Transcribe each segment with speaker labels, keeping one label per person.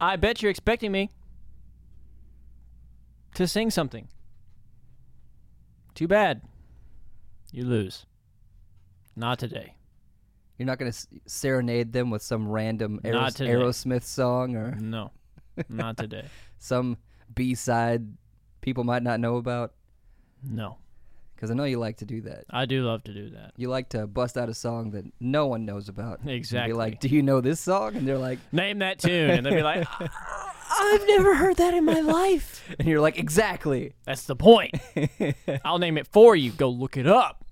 Speaker 1: I bet you're expecting me to sing something. Too bad. You lose. Not today.
Speaker 2: You're not going to serenade them with some random
Speaker 1: Not
Speaker 2: Aeros-
Speaker 1: today.
Speaker 2: Aerosmith song or
Speaker 1: No. Not today.
Speaker 2: some B side people might not know about?
Speaker 1: No.
Speaker 2: Because I know you like to do that.
Speaker 1: I do love to do that.
Speaker 2: You like to bust out a song that no one knows about. and
Speaker 1: Exactly.
Speaker 2: Be like, do you know this song? And they're like,
Speaker 1: Name that tune and they'll be like, "Ah,
Speaker 2: I've never heard that in my life. and you're like, exactly.
Speaker 1: that's the point. I'll name it for you. Go look it up.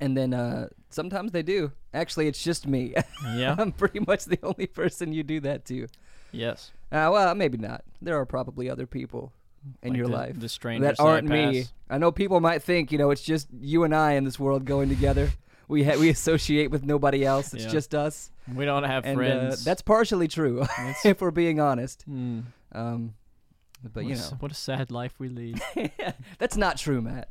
Speaker 2: And then uh, sometimes they do. Actually, it's just me.
Speaker 1: Yeah.
Speaker 2: I'm pretty much the only person you do that to.
Speaker 1: yes.
Speaker 2: Uh, well, maybe not. There are probably other people in
Speaker 1: Like
Speaker 2: your
Speaker 1: the-
Speaker 2: life
Speaker 1: the strangers
Speaker 2: that
Speaker 1: that I
Speaker 2: aren't me.
Speaker 1: pass.
Speaker 2: I know people might think, you know, it's just you and I in this world going together. We ha- we associate with nobody else. It's
Speaker 1: Yeah.
Speaker 2: just us.
Speaker 1: We don't have
Speaker 2: And uh,
Speaker 1: friends.
Speaker 2: that's partially true, if we're being honest.
Speaker 1: Mm.
Speaker 2: Um, but you
Speaker 1: What a
Speaker 2: know,
Speaker 1: s- what a sad life we lead.
Speaker 2: that's not true, Matt.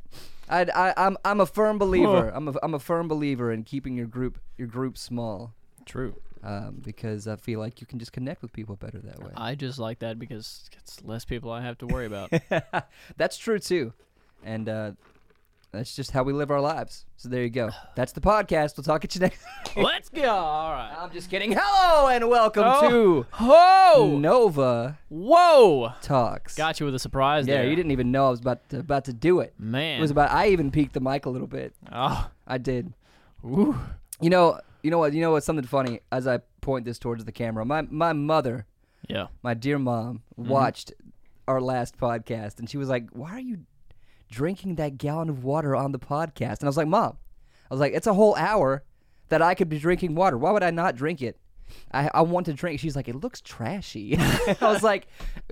Speaker 2: I, I, I'm, I'm a firm believer. I'm a, I'm a firm believer in keeping your group, your group small,
Speaker 1: True.
Speaker 2: um, because I feel like you can just connect with people better that way.
Speaker 1: I just like that because it's less people I have to worry about.
Speaker 2: that's true too, and uh, that's just how we live our lives. So there you go. That's the podcast. We'll talk at you next.
Speaker 1: Let's go. All right.
Speaker 2: I'm just kidding. Hello and welcome
Speaker 1: Oh.
Speaker 2: to
Speaker 1: Ho!
Speaker 2: Nova
Speaker 1: Whoa!
Speaker 2: Talks.
Speaker 1: Got you with a surprise
Speaker 2: yeah,
Speaker 1: there.
Speaker 2: you didn't even know I was about to, about to do it.
Speaker 1: Man.
Speaker 2: It was about. I even peeked the mic a little bit.
Speaker 1: oh.
Speaker 2: I did.
Speaker 1: Ooh.
Speaker 2: You know, you know what? You know what's something funny? As I point this towards the camera, my my mother,
Speaker 1: Yeah.
Speaker 2: my dear mom, watched our last podcast, and she was like, "Why are you drinking that gallon of water on the podcast?" And I was like, "Mom, I was like, it's a whole hour that I could be drinking water. Why would I not drink it?" I, I want to drink. She's like, it looks trashy. I was like,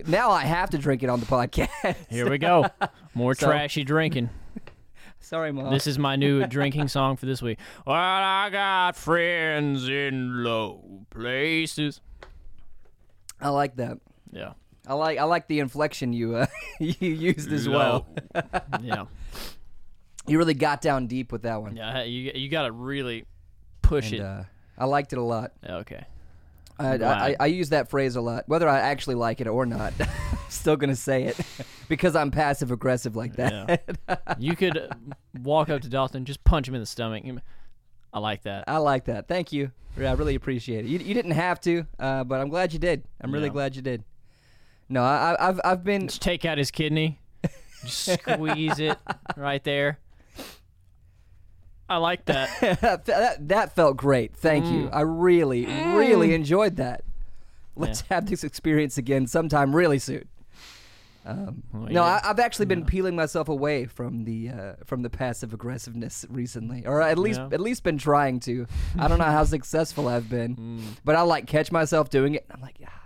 Speaker 2: now I have to drink it on the podcast.
Speaker 1: Here we go. More
Speaker 2: So- Oh.
Speaker 1: trashy drinking.
Speaker 2: Sorry, mom.
Speaker 1: This is my new drinking song for this week. Well, I got friends in low places.
Speaker 2: I like that.
Speaker 1: Yeah.
Speaker 2: I like I like the inflection you uh, you used as well.
Speaker 1: Low. yeah.
Speaker 2: You really got down deep with that one.
Speaker 1: Yeah. You you gotta really push
Speaker 2: And,
Speaker 1: it.
Speaker 2: uh, I liked it a lot.
Speaker 1: okay.
Speaker 2: I, I, I,
Speaker 1: glad.
Speaker 2: I use that phrase a lot, whether I actually like it or not. I'm still gonna say it because I'm passive aggressive like that.
Speaker 1: Yeah. you could uh, walk up to Dalton, just punch him in the stomach. You- I like that.
Speaker 2: I like that. Thank you. Yeah, I really appreciate it. You, you didn't have to, uh, but I'm glad you did. I'm really
Speaker 1: Yeah.
Speaker 2: glad you did. No, I, I- I've I've been
Speaker 1: Just take out his kidney, just squeeze it right there. I like that.
Speaker 2: that, that that felt great. Thank
Speaker 1: Mm.
Speaker 2: you. I really really enjoyed that. Let's have this experience again sometime really soon. Um,
Speaker 1: Well,
Speaker 2: No, I,
Speaker 1: yeah.
Speaker 2: I've actually been peeling myself away from the uh, from the passive aggressiveness recently, or at least
Speaker 1: Yeah.
Speaker 2: at least been trying to. I don't know how successful I've been,
Speaker 1: Mm.
Speaker 2: but I like catch myself doing it. And I'm like, ah,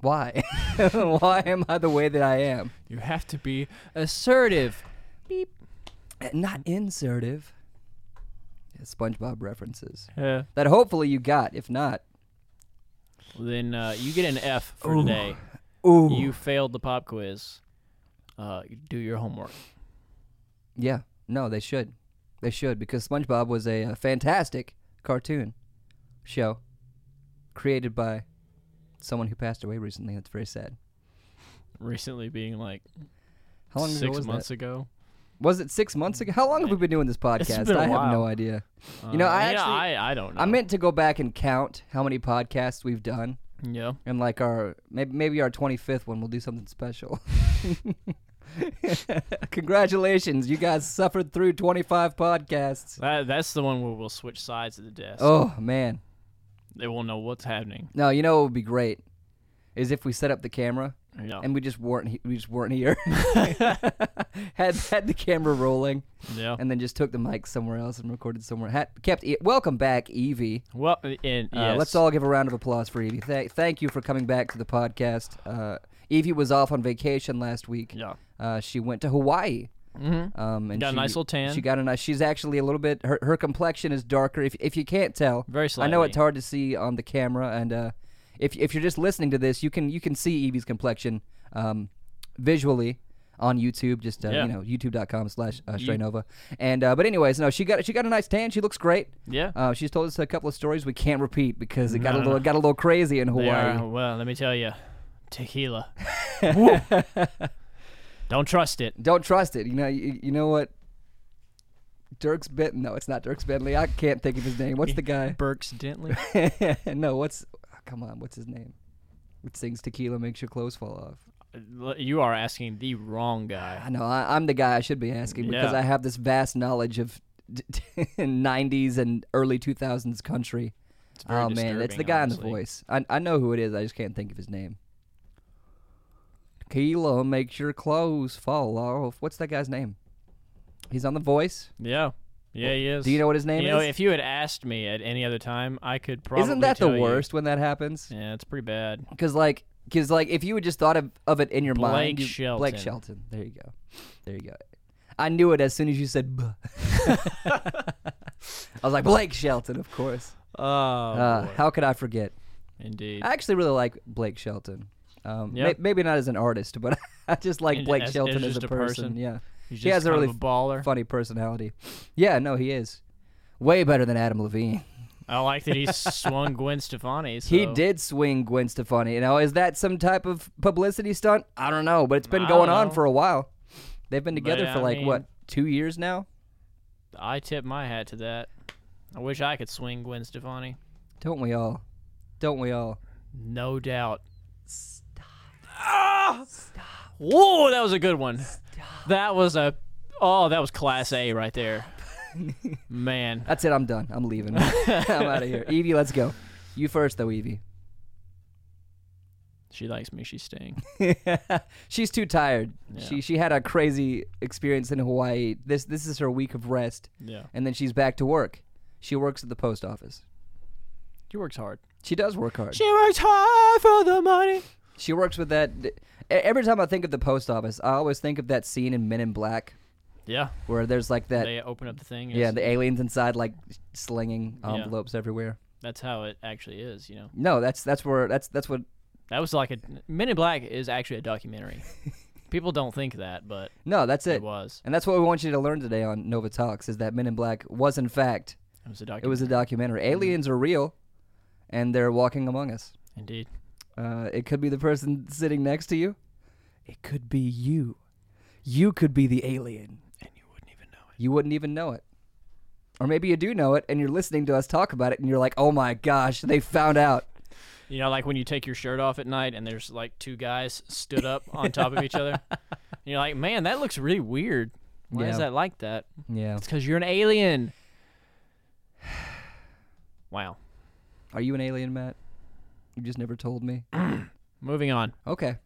Speaker 2: why? why am I the way that I am?
Speaker 1: you have to be assertive. Beep.
Speaker 2: Eh, Not
Speaker 1: Mm.
Speaker 2: insertive. Yeah, SpongeBob references
Speaker 1: Yeah.
Speaker 2: that hopefully you got. If not,
Speaker 1: Then uh, you get an F for today.
Speaker 2: ooh,
Speaker 1: You failed the pop quiz. Uh, do your homework.
Speaker 2: yeah, no, they should, they should because SpongeBob was a, uh fantastic cartoon show created by someone who passed away recently. That's very sad.
Speaker 1: Recently, being like
Speaker 2: How long ago
Speaker 1: six
Speaker 2: was
Speaker 1: months
Speaker 2: that?
Speaker 1: ago.
Speaker 2: Was it six months ago? How long have we been doing this
Speaker 1: It's
Speaker 2: podcast?
Speaker 1: been a
Speaker 2: I have
Speaker 1: while.
Speaker 2: no idea.
Speaker 1: Uh,
Speaker 2: know, I
Speaker 1: yeah,
Speaker 2: actually-
Speaker 1: I, I don't know.
Speaker 2: I meant to go back and count how many podcasts we've done,
Speaker 1: yeah.
Speaker 2: and like our maybe maybe our twenty fifth one, we'll do something special. Congratulations, you guys suffered through twenty five podcasts.
Speaker 1: That, that's the one where we'll switch sides at the desk.
Speaker 2: Oh man,
Speaker 1: They won't know what's happening.
Speaker 2: no, you know what would be great is if we set up the camera
Speaker 1: Yeah.
Speaker 2: and we just weren't he- we just weren't here. had had the camera rolling.
Speaker 1: yeah.
Speaker 2: and then just took the mic somewhere else and recorded somewhere. Ha- kept e- welcome back, Evie.
Speaker 1: Well, and
Speaker 2: Uh, Let's all give a round of applause for Evie. Th- thank you for coming back to the podcast. Uh, Evie was off on vacation last week.
Speaker 1: Yeah.
Speaker 2: Uh, she went to Hawaii. Mm-hmm. Um, and
Speaker 1: Got a
Speaker 2: she-
Speaker 1: nice little tan.
Speaker 2: She got a nice. She's actually a little bit. Her, her complexion is darker. If if you can't tell,
Speaker 1: Very
Speaker 2: I know
Speaker 1: slightly.
Speaker 2: it's hard to see on the camera, and uh, if if you're just listening to this, you can you can see Evie's complexion um, visually on YouTube. Just uh,
Speaker 1: Yeah.
Speaker 2: you know, youtube.com slash uh,
Speaker 1: You-
Speaker 2: Stray Nova. And uh, but anyways, no, she got she got a nice tan. She looks great.
Speaker 1: Yeah.
Speaker 2: Uh, she's told us a couple of stories we can't repeat because it got
Speaker 1: No,
Speaker 2: a
Speaker 1: no,
Speaker 2: little
Speaker 1: no.
Speaker 2: got a little crazy in
Speaker 1: They
Speaker 2: Hawaii.
Speaker 1: are, well, let me tell you, tequila. Woo. Don't trust it.
Speaker 2: Don't trust it. You know you, you know what. Dirks Bentley. No, it's not Dirks Bentley. I can't think of his name. What's the guy?
Speaker 1: Burks Dentley.
Speaker 2: no, what's? oh, Come on, what's his name? It sings tequila makes your clothes fall off.
Speaker 1: Uh, you are asking the wrong guy.
Speaker 2: I know I, I'm the guy I should be asking because
Speaker 1: Yeah.
Speaker 2: I have this vast knowledge of 90s and early 2000s country.
Speaker 1: It's very
Speaker 2: Oh man,
Speaker 1: disturbing,
Speaker 2: it's the guy in
Speaker 1: honestly.
Speaker 2: the voice. I I know who it is. I just can't think of his name. Tequila makes your clothes fall off. What's that guy's name? He's on the voice.
Speaker 1: Yeah. Yeah, he is.
Speaker 2: Do you know what his name
Speaker 1: You know,
Speaker 2: is?
Speaker 1: if you had asked me at any other time, I could probably.
Speaker 2: Isn't that the
Speaker 1: tell you.
Speaker 2: worst when that happens?
Speaker 1: Yeah, it's pretty bad.
Speaker 2: Because like, because like, if you had just thought of, of it in your mind,
Speaker 1: Blake
Speaker 2: you- Blake
Speaker 1: Shelton.
Speaker 2: Shelton. There you go. There you go. I knew it as soon as you said. "Buh." I was like Blake Shelton, of course.
Speaker 1: Oh,
Speaker 2: uh,
Speaker 1: boy.
Speaker 2: how Ah, could I forget?
Speaker 1: indeed.
Speaker 2: I actually really like Blake Shelton. Um,
Speaker 1: Yeah.
Speaker 2: may- maybe not as an artist, but I just like
Speaker 1: And
Speaker 2: Blake
Speaker 1: as- as
Speaker 2: Shelton as,
Speaker 1: just
Speaker 2: a,
Speaker 1: a
Speaker 2: person.
Speaker 1: person.
Speaker 2: Yeah,
Speaker 1: He's just
Speaker 2: he has a
Speaker 1: kind
Speaker 2: really
Speaker 1: of a baller.
Speaker 2: funny personality. Yeah, no, he is way better than Adam Levine.
Speaker 1: I like that he swung Gwen Stefani. So
Speaker 2: He did swing Gwen Stefani. You know, is that some type of publicity stunt? I don't know, but it's been
Speaker 1: I
Speaker 2: going
Speaker 1: don't
Speaker 2: on
Speaker 1: know.
Speaker 2: for a while. They've been together
Speaker 1: But,
Speaker 2: for
Speaker 1: I
Speaker 2: like what
Speaker 1: mean-
Speaker 2: two years now.
Speaker 1: I tip my hat to that. I wish I could swing Gwen Stefani.
Speaker 2: Don't we all? Don't we all?
Speaker 1: No doubt. Stop. Stop. Whoa, that was a good one. That was a. Oh, that was class A right there. Man.
Speaker 2: That's it. I'm done. I'm leaving. I'm out of here. Evie, let's go. You first, though, Evie.
Speaker 1: She likes me. She's staying.
Speaker 2: She's too tired.
Speaker 1: Yeah.
Speaker 2: She she had a crazy experience in Hawaii. This this is her week of rest,
Speaker 1: Yeah.
Speaker 2: and then she's back to work. She works at the post office.
Speaker 1: She works hard.
Speaker 2: She does work hard.
Speaker 1: She works hard for the money.
Speaker 2: She works with that. e- Every time I think of the post office, I always think of that scene in Men in Black
Speaker 1: Yeah.
Speaker 2: where there's like that.
Speaker 1: They open up the thing.
Speaker 2: yeah,
Speaker 1: Yeah.
Speaker 2: the aliens inside like slinging
Speaker 1: Yeah.
Speaker 2: envelopes everywhere.
Speaker 1: that's how it actually is, you know.
Speaker 2: No, that's that's where that's that's what.
Speaker 1: That was like a. Men in Black is actually a documentary. People don't think that, but
Speaker 2: No, that's
Speaker 1: it,
Speaker 2: it.
Speaker 1: was.
Speaker 2: And that's what we want you to learn today on Nova Talks is that Men in Black was in fact
Speaker 1: It was a
Speaker 2: it
Speaker 1: documentary. Mm-hmm.
Speaker 2: was a documentary. Aliens are real, and they're walking among us.
Speaker 1: Indeed.
Speaker 2: Uh, it could be the person sitting next to you. It could be you. You could be the alien.
Speaker 1: And you wouldn't even know
Speaker 2: You wouldn't even know it. Or maybe you do know it and you're listening to us talk about it and you're like, oh my gosh, they found out.
Speaker 1: it. You know, like when you take your shirt off at night and there's like two guys stood up on top of each other. And you're like, man, that looks really weird. Why is
Speaker 2: Yeah.
Speaker 1: that like that?
Speaker 2: Yeah.
Speaker 1: It's because you're an alien. Wow.
Speaker 2: Are you an alien, Matt? You just never told me.
Speaker 1: Moving on.
Speaker 2: Okay.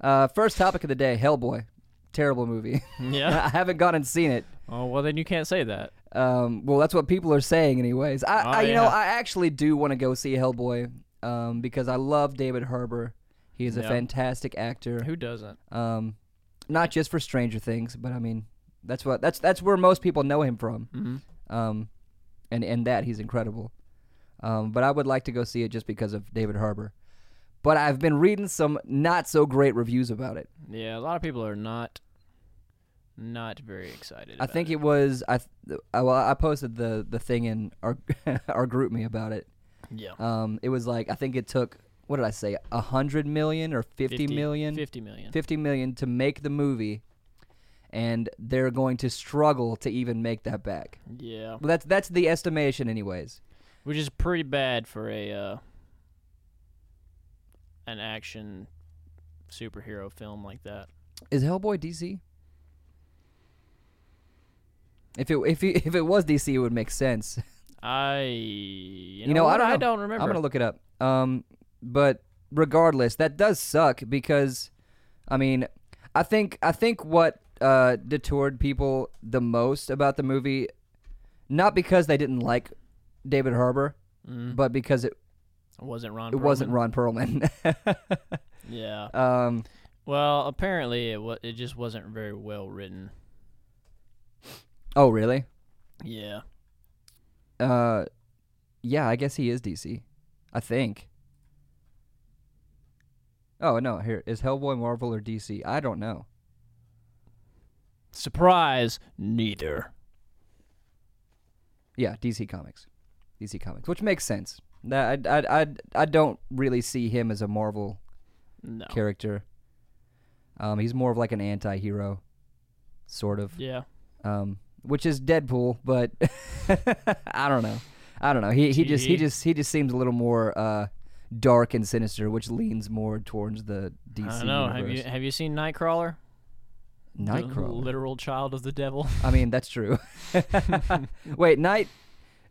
Speaker 2: Uh, first topic of the day Hellboy. Terrible movie.
Speaker 1: Yeah.
Speaker 2: I haven't gone and seen it.
Speaker 1: oh, well, then you can't say that.
Speaker 2: Um, well, that's what people are saying, anyways. I,
Speaker 1: Oh,
Speaker 2: I you know,
Speaker 1: yeah.
Speaker 2: I actually do want to go see Hellboy um, because I love David Harbour. He is a
Speaker 1: Yeah.
Speaker 2: fantastic actor.
Speaker 1: Who doesn't?
Speaker 2: Um, not just for Stranger Things, but I mean, that's what that's that's where most people know him from.
Speaker 1: Mm-hmm.
Speaker 2: Um, and and that he's incredible. Um, but I would like to go see it just because of David Harbour. But I've been reading some not so great reviews about it.
Speaker 1: Yeah, a lot of people are not not very excited.
Speaker 2: I
Speaker 1: about
Speaker 2: think it was I, th- I well I posted the the thing in our our group me about it.
Speaker 1: yeah,
Speaker 2: Um, it was like I think it took what did I say a hundred million or fifty million?
Speaker 1: fifty million.
Speaker 2: 50 million to make the movie and they're going to struggle to even make that back.
Speaker 1: Yeah,
Speaker 2: Well, that's that's the estimation anyways.
Speaker 1: which is pretty bad for a uh, an action superhero film like that.
Speaker 2: Is Hellboy DC? If it if it, if it was DC it would make sense.
Speaker 1: I you know,
Speaker 2: know, I
Speaker 1: what?
Speaker 2: don't know.
Speaker 1: remember.
Speaker 2: I'm going to look it up. Um but regardless, that does suck because I mean, I think I think what uh detoured people the most about the movie not because they didn't like David Harbour,
Speaker 1: Mm.
Speaker 2: but because it
Speaker 1: It wasn't Ron.
Speaker 2: it wasn't
Speaker 1: Perlman.
Speaker 2: Ron Perlman.
Speaker 1: Yeah.
Speaker 2: um,
Speaker 1: Well, apparently it wa- it just wasn't very well written.
Speaker 2: oh, really?
Speaker 1: Yeah.
Speaker 2: Uh, yeah, I guess he is DC. I think. Oh no, here is Hellboy Marvel or DC? I don't know.
Speaker 1: Surprise, neither.
Speaker 2: Yeah, DC Comics, DC Comics, which makes sense. That I I I, I don't really see him as a Marvel
Speaker 1: No.
Speaker 2: character. Um, he's more of like an anti-hero, sort of.
Speaker 1: Yeah.
Speaker 2: Um, which is Deadpool, but I don't know. I don't know. He he just he
Speaker 1: TBD.
Speaker 2: just he just seems a little more uh, dark and sinister, which leans more towards the DC
Speaker 1: I don't know. Have you
Speaker 2: universe.
Speaker 1: have you seen Nightcrawler? The
Speaker 2: Nightcrawler.
Speaker 1: literal child of the devil.
Speaker 2: I mean, that's true. Wait, Night.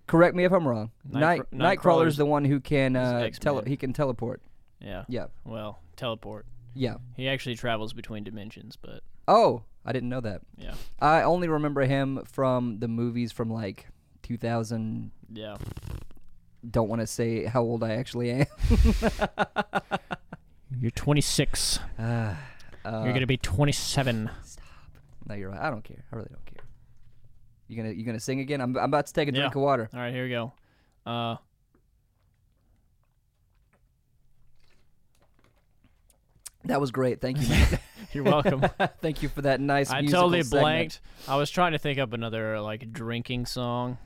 Speaker 2: Correct me if I'm wrong. Night
Speaker 1: Night-
Speaker 2: Nightcrawler's
Speaker 1: Nightcrawler's-
Speaker 2: the one who can
Speaker 1: is
Speaker 2: uh, tele-
Speaker 1: X-Men.
Speaker 2: he can teleport.
Speaker 1: yeah.
Speaker 2: Yeah,
Speaker 1: Well, teleport.
Speaker 2: yeah.
Speaker 1: He actually travels between dimensions, but
Speaker 2: Oh, I didn't know that.
Speaker 1: yeah.
Speaker 2: I only remember him from the movies from like 2000.
Speaker 1: Yeah.
Speaker 2: Don't want to say how old I actually am.
Speaker 1: You're 26.
Speaker 2: Uh, uh,
Speaker 1: You're going to be 27.
Speaker 2: No, you're right. I don't care. I really don't care. You gonna you gonna sing again? I'm, I'm about to take a drink
Speaker 1: Yeah.
Speaker 2: of water.
Speaker 1: All right, here we go. Uh,
Speaker 2: That was great. Thank you. Matt.
Speaker 1: you're welcome.
Speaker 2: Thank you for that nice.
Speaker 1: I
Speaker 2: musical
Speaker 1: totally
Speaker 2: segment.
Speaker 1: blanked. I was trying to think up another like drinking song.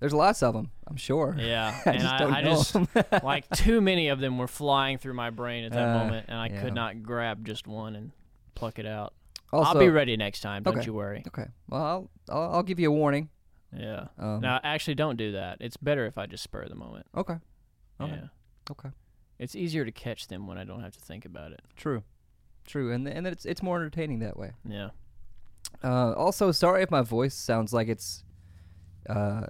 Speaker 2: There's lots of them. I'm sure.
Speaker 1: Yeah,
Speaker 2: I
Speaker 1: and
Speaker 2: just
Speaker 1: I,
Speaker 2: don't
Speaker 1: I
Speaker 2: know
Speaker 1: just like too many of them were flying through my brain at that
Speaker 2: Uh,
Speaker 1: moment, and I
Speaker 2: yeah.
Speaker 1: could not grab just one and pluck it out.
Speaker 2: Also,
Speaker 1: I'll be ready next time. Don't
Speaker 2: Okay.
Speaker 1: you worry.
Speaker 2: Okay. Well, I'll, I'll I'll give you a warning.
Speaker 1: Yeah.
Speaker 2: Um,
Speaker 1: No, actually, don't do that. It's better if I just spur the moment.
Speaker 2: Okay. Okay.
Speaker 1: Yeah.
Speaker 2: Okay.
Speaker 1: It's easier to catch them when I don't have to think about it.
Speaker 2: True. True. And and it's it's more entertaining that way.
Speaker 1: Yeah.
Speaker 2: Uh, also, sorry if my voice sounds like it's. Uh,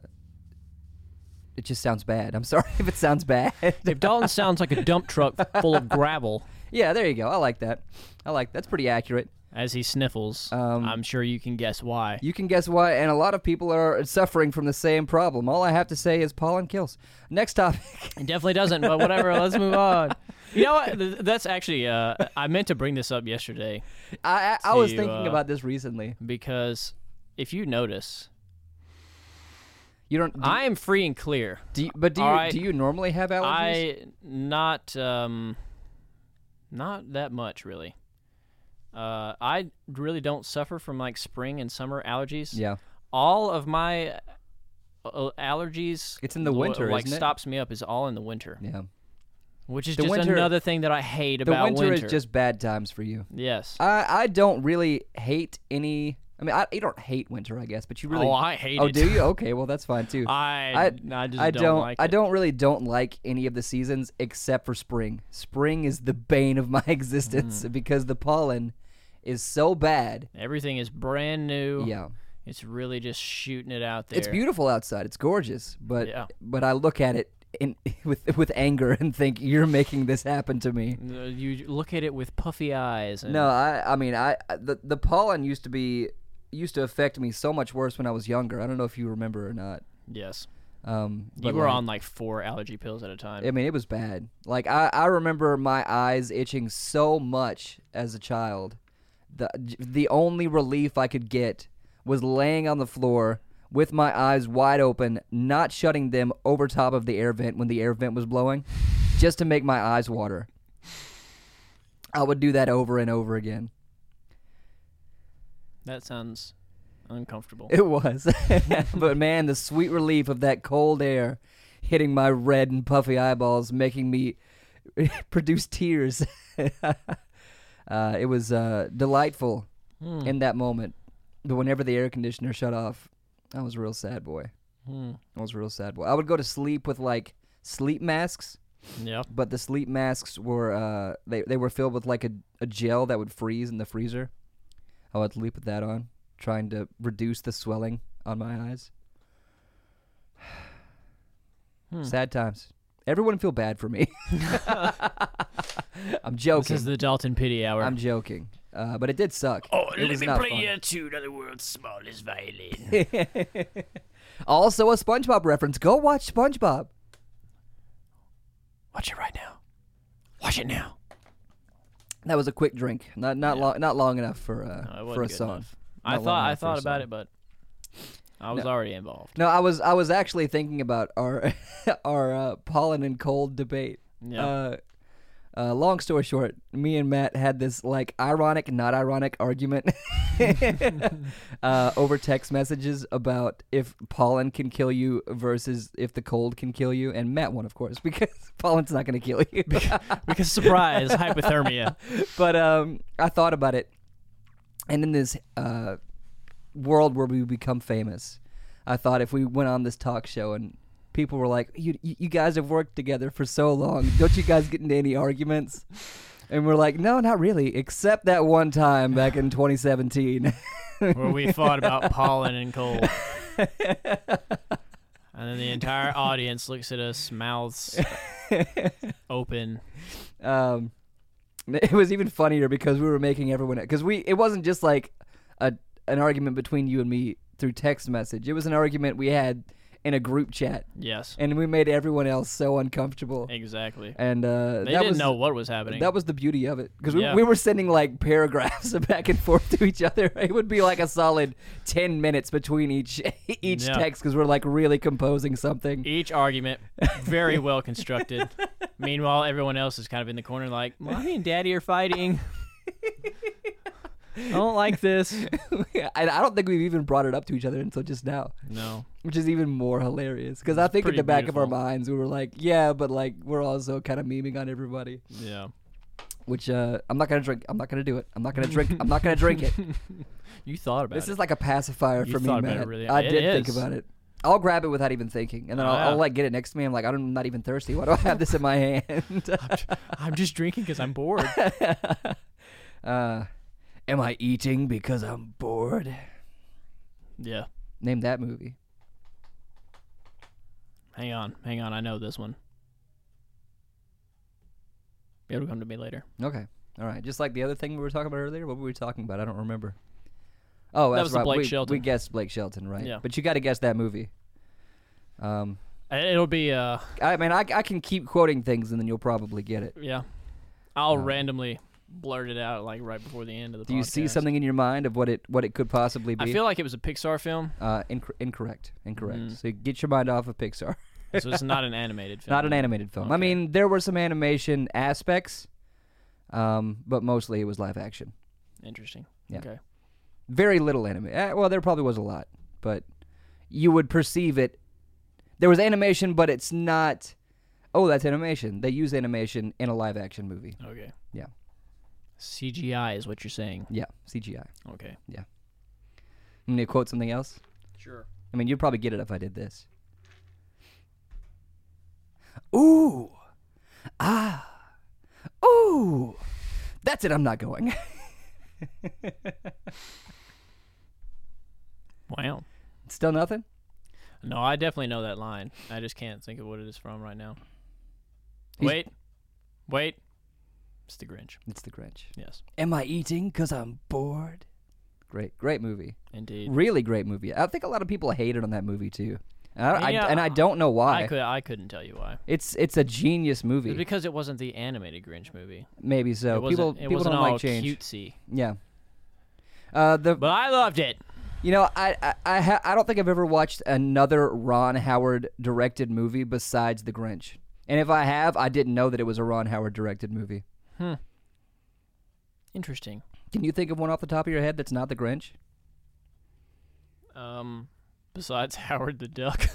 Speaker 2: it just sounds bad. I'm sorry if it sounds bad.
Speaker 1: If Dalton sounds like a dump truck full of gravel
Speaker 2: yeah, there you go. I like that. I like that's pretty accurate.
Speaker 1: as he sniffles,
Speaker 2: Um,
Speaker 1: I'm sure you can guess why.
Speaker 2: You can guess why, and a lot of people are suffering from the same problem. All I have to say is pollen kills. Next topic.
Speaker 1: It definitely doesn't, but whatever. let's move on. You know what? Th- That's actually, uh, I meant to bring this up yesterday
Speaker 2: I I, I was
Speaker 1: To,
Speaker 2: thinking
Speaker 1: uh,
Speaker 2: about this recently.
Speaker 1: because if you notice,
Speaker 2: You don't. Do,
Speaker 1: I am free and clear.
Speaker 2: do you- but do you
Speaker 1: all right.
Speaker 2: do you normally have allergies?
Speaker 1: I not um not that much really. Uh, I really don't suffer from like spring and summer allergies.
Speaker 2: yeah.
Speaker 1: All of my uh, allergies
Speaker 2: It's in the
Speaker 1: wh-
Speaker 2: winter,
Speaker 1: like
Speaker 2: isn't it?
Speaker 1: stops me up is all in the winter,
Speaker 2: Yeah.
Speaker 1: which is
Speaker 2: The
Speaker 1: just
Speaker 2: winter-
Speaker 1: another thing that I hate
Speaker 2: The
Speaker 1: about
Speaker 2: winter, is just bad times for you.
Speaker 1: yes.
Speaker 2: I I don't really hate any. I mean, I you don't hate winter, I guess, but you really.
Speaker 1: Oh, I hate
Speaker 2: oh,
Speaker 1: it.
Speaker 2: do you? Okay, well that's fine too.
Speaker 1: I I, just
Speaker 2: I
Speaker 1: don't, like
Speaker 2: I
Speaker 1: it.
Speaker 2: don't really don't like any of the seasons except for spring. Spring is the bane of my existence
Speaker 1: Mm.
Speaker 2: because the pollen is so bad.
Speaker 1: Everything is brand new.
Speaker 2: Yeah.
Speaker 1: It's really just shooting it out there.
Speaker 2: It's beautiful outside. It's gorgeous, but
Speaker 1: Yeah.
Speaker 2: but I look at it in with with anger and think you're making this happen to me.
Speaker 1: Uh, You look at it with puffy eyes. And
Speaker 2: No, I I mean I I- the the pollen used to be used to affect me so much worse when I was younger. I don't know if you remember or not.
Speaker 1: Yes.
Speaker 2: Um,
Speaker 1: You
Speaker 2: but,
Speaker 1: were
Speaker 2: like,
Speaker 1: on like four allergy pills at a time.
Speaker 2: I mean, it was bad. Like I, I remember my eyes itching so much as a child. The j- the only relief I could get was laying on the floor with my eyes wide open, not shutting them over top of the air vent when the air vent was blowing, just to make my eyes water. I would do that over and over again.
Speaker 1: that sounds uncomfortable.
Speaker 2: It was. but man, the sweet relief of that cold air hitting my red and puffy eyeballs, making me produce tears. uh, it was uh, delightful
Speaker 1: Hmm.
Speaker 2: in that moment. But whenever the air conditioner shut off, I was a real sad boy.
Speaker 1: Hmm.
Speaker 2: I was a real sad boy. I would go to sleep with like sleep masks,
Speaker 1: Yeah.
Speaker 2: but the sleep masks were uh, they they were filled with like a, a gel that would freeze in the freezer. I would sleep with that on, trying to reduce the swelling on my eyes.
Speaker 1: Hmm.
Speaker 2: Sad times. Everyone feel bad for me. I'm
Speaker 1: This
Speaker 2: joking.
Speaker 1: is the Dalton Pity Hour.
Speaker 2: I'm joking. Uh, but it did suck.
Speaker 1: Oh,
Speaker 2: it was not fun.
Speaker 1: two to the world's smallest violin.
Speaker 2: Also, a SpongeBob reference. Go watch SpongeBob.
Speaker 1: Watch it right now. Watch it now.
Speaker 2: That was a quick drink. Not not long not long enough for
Speaker 1: No,
Speaker 2: uh,
Speaker 1: it wasn't
Speaker 2: for a
Speaker 1: good
Speaker 2: song.
Speaker 1: enough. I
Speaker 2: Not long
Speaker 1: thought I
Speaker 2: enough for a
Speaker 1: thought about
Speaker 2: song.
Speaker 1: it, but I was already involved.
Speaker 2: No, I was I was actually thinking about our our uh, pollen and cold debate.
Speaker 1: Yeah.
Speaker 2: Uh, Uh, long story short, me and Matt had this like ironic, not ironic argument uh, over text messages about if pollen can kill you versus if the cold can kill you, and Matt won, of course, because pollen's not going to kill you.
Speaker 1: because surprise, hypothermia.
Speaker 2: but um, I thought about it, and in this uh, world where we become famous, I thought if we went on this talk show and people were like, "You you you guys have worked together for so long, don't you guys get into any arguments?" And we're like, "No, not really, except that one time back in 2017."
Speaker 1: where we fought about pollen and cold. and then the entire audience looks at us, mouths open.
Speaker 2: um, it was even funnier because we were making everyone because we it wasn't just like a an argument between you and me through text message. It was an argument we had in a group chat,
Speaker 1: Yes,
Speaker 2: and we made everyone else so uncomfortable.
Speaker 1: exactly.
Speaker 2: And uh,
Speaker 1: They
Speaker 2: that
Speaker 1: didn't
Speaker 2: was
Speaker 1: know what was happening.
Speaker 2: that was the beauty of it because we,
Speaker 1: Yeah.
Speaker 2: we were sending like paragraphs back and forth to each other. It would be like a solid ten minutes between each each
Speaker 1: Yeah. E
Speaker 2: text because we're like really composing something.
Speaker 1: Each argument very well constructed. Meanwhile, everyone else is kind of in the corner, like, "Mommy and Daddy are fighting. I don't like this."
Speaker 2: and I don't think we've even brought it up to each other until just now.
Speaker 1: No,
Speaker 2: which is even more hilarious because I think at
Speaker 1: pretty
Speaker 2: the back of our
Speaker 1: beautiful.
Speaker 2: minds we were like, yeah, but like we're also kind of memeing on everybody.
Speaker 1: yeah,
Speaker 2: Which uh, I'm not gonna drink. I'm not gonna do it. I'm not gonna drink. I'm not gonna drink it.
Speaker 1: you thought about
Speaker 2: This
Speaker 1: it.
Speaker 2: is like a pacifier
Speaker 1: You
Speaker 2: for me,
Speaker 1: thought
Speaker 2: man.
Speaker 1: about it really-
Speaker 2: I
Speaker 1: it
Speaker 2: did think
Speaker 1: is.
Speaker 2: about it. I'll grab it without even thinking, and then I'll,
Speaker 1: Yeah.
Speaker 2: I'll like get it next to me. I'm like, I'm not even thirsty. Why do I have this in my hand?
Speaker 1: I'm just drinking because I'm bored.
Speaker 2: uh, am I eating because I'm bored?
Speaker 1: yeah,
Speaker 2: Name that movie.
Speaker 1: hang on, hang on. I know this one. It'll come to me later.
Speaker 2: Okay. All right. Just like the other thing we were talking about earlier. What were we talking about? I don't remember. Oh,
Speaker 1: That
Speaker 2: that's
Speaker 1: was the
Speaker 2: right.
Speaker 1: Blake
Speaker 2: we,
Speaker 1: Shelton.
Speaker 2: we guessed Blake Shelton, right?
Speaker 1: Yeah.
Speaker 2: But you got to guess that movie. Um,
Speaker 1: It'll be uh,
Speaker 2: I mean, I, I can keep quoting things, and then you'll probably get it.
Speaker 1: yeah. I'll
Speaker 2: Uh,
Speaker 1: randomly blurt it out like right before the end of the.
Speaker 2: Do you see
Speaker 1: podcast.
Speaker 2: something in your mind of what it what it could possibly be?
Speaker 1: Oh, I feel like it was a Pixar film,
Speaker 2: uh, inc- incorrect. Incorrect.
Speaker 1: Mm.
Speaker 2: So get your mind off of Pixar.
Speaker 1: so it's not an animated film.
Speaker 2: Not an animated film. I
Speaker 1: Okay.
Speaker 2: mean, there were some animation aspects, um, but mostly it was live action.
Speaker 1: Interesting.
Speaker 2: Yeah.
Speaker 1: Okay.
Speaker 2: very little anime. Eh, well, there probably was a lot, but you would perceive it. There was animation, but it's not. Oh, that's animation. They use animation in a live action movie.
Speaker 1: Okay.
Speaker 2: Yeah.
Speaker 1: CGI is what you're saying.
Speaker 2: Yeah, CGI.
Speaker 1: Okay.
Speaker 2: I'm gonna quote something else.
Speaker 1: Sure.
Speaker 2: I mean, you'd probably get it if I did this. Ooh, ah, ooh. That's it. I'm not going.
Speaker 1: Wow.
Speaker 2: Still nothing.
Speaker 1: No, I definitely know that line. I just can't think of what it is from right now.
Speaker 2: He's-
Speaker 1: Wait. Wait. It's the Grinch.
Speaker 2: It's the Grinch.
Speaker 1: Yes.
Speaker 2: Am I eating? Cause I'm bored. Great, great movie.
Speaker 1: Indeed.
Speaker 2: really great movie. I think a lot of people hated on that movie too, and I,
Speaker 1: Yeah,
Speaker 2: I, and I don't know
Speaker 1: I
Speaker 2: why.
Speaker 1: could I couldn't tell you why.
Speaker 2: It's it's a genius
Speaker 1: It's
Speaker 2: movie.
Speaker 1: because it wasn't the animated Grinch movie.
Speaker 2: Maybe so.
Speaker 1: it wasn't,
Speaker 2: people
Speaker 1: it
Speaker 2: people
Speaker 1: wasn't
Speaker 2: don't
Speaker 1: all
Speaker 2: like change.
Speaker 1: cutesy.
Speaker 2: Yeah. Uh, the
Speaker 1: But I loved it.
Speaker 2: you know I I I, ha- I don't think I've ever watched another Ron Howard directed movie besides The Grinch, and if I have, I didn't know that it was a Ron Howard directed movie.
Speaker 1: Interesting.
Speaker 2: Can you think of one off the top of your head that's not The Grinch?
Speaker 1: Um besides Howard the Duck.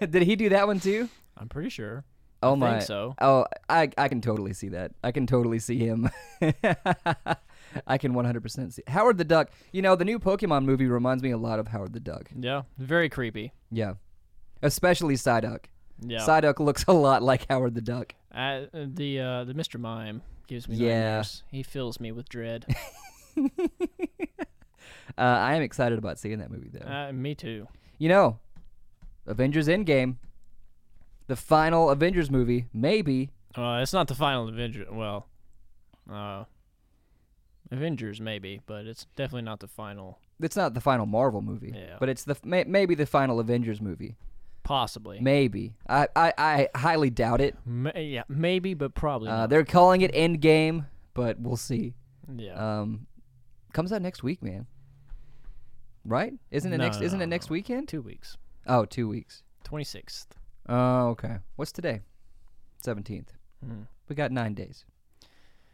Speaker 2: Did he do that one too?
Speaker 1: I'm pretty sure.
Speaker 2: Oh
Speaker 1: I
Speaker 2: my!
Speaker 1: think so.
Speaker 2: Oh, I I can totally see that. I can totally see him. I can 100% see Howard the Duck. You know, the new Pokemon movie reminds me a lot of Howard the Duck.
Speaker 1: Yeah. Very creepy.
Speaker 2: Yeah. Especially Psyduck.
Speaker 1: Yeah.
Speaker 2: Psyduck looks a lot like Howard the Duck.
Speaker 1: Uh, the uh, the Mr. Mime gives me
Speaker 2: Yeah.
Speaker 1: nightmares. He fills me with dread.
Speaker 2: Uh, I am excited about seeing that movie though.
Speaker 1: uh, me too.
Speaker 2: you know, Avengers Endgame, the final Avengers movie, maybe.
Speaker 1: Uh, it's not the final Avenger. Well, uh, Avengers maybe, but it's definitely not the final.
Speaker 2: It's not the final Marvel movie,
Speaker 1: Yeah.
Speaker 2: but it's the may, maybe the final Avengers movie.
Speaker 1: Possibly.
Speaker 2: Maybe. I I, I highly doubt it.
Speaker 1: Ma- yeah, maybe, but probably.
Speaker 2: Uh,
Speaker 1: not.
Speaker 2: they're calling it Endgame, but we'll see.
Speaker 1: Yeah.
Speaker 2: Um, comes out next week, man. Right? Isn't it
Speaker 1: No,
Speaker 2: next?
Speaker 1: no,
Speaker 2: Isn't it
Speaker 1: no,
Speaker 2: next
Speaker 1: no.
Speaker 2: weekend?
Speaker 1: Two weeks.
Speaker 2: Oh, two weeks.
Speaker 1: Twenty sixth.
Speaker 2: Oh, okay. What's today? Seventeenth.
Speaker 1: Mhm.
Speaker 2: We got nine days.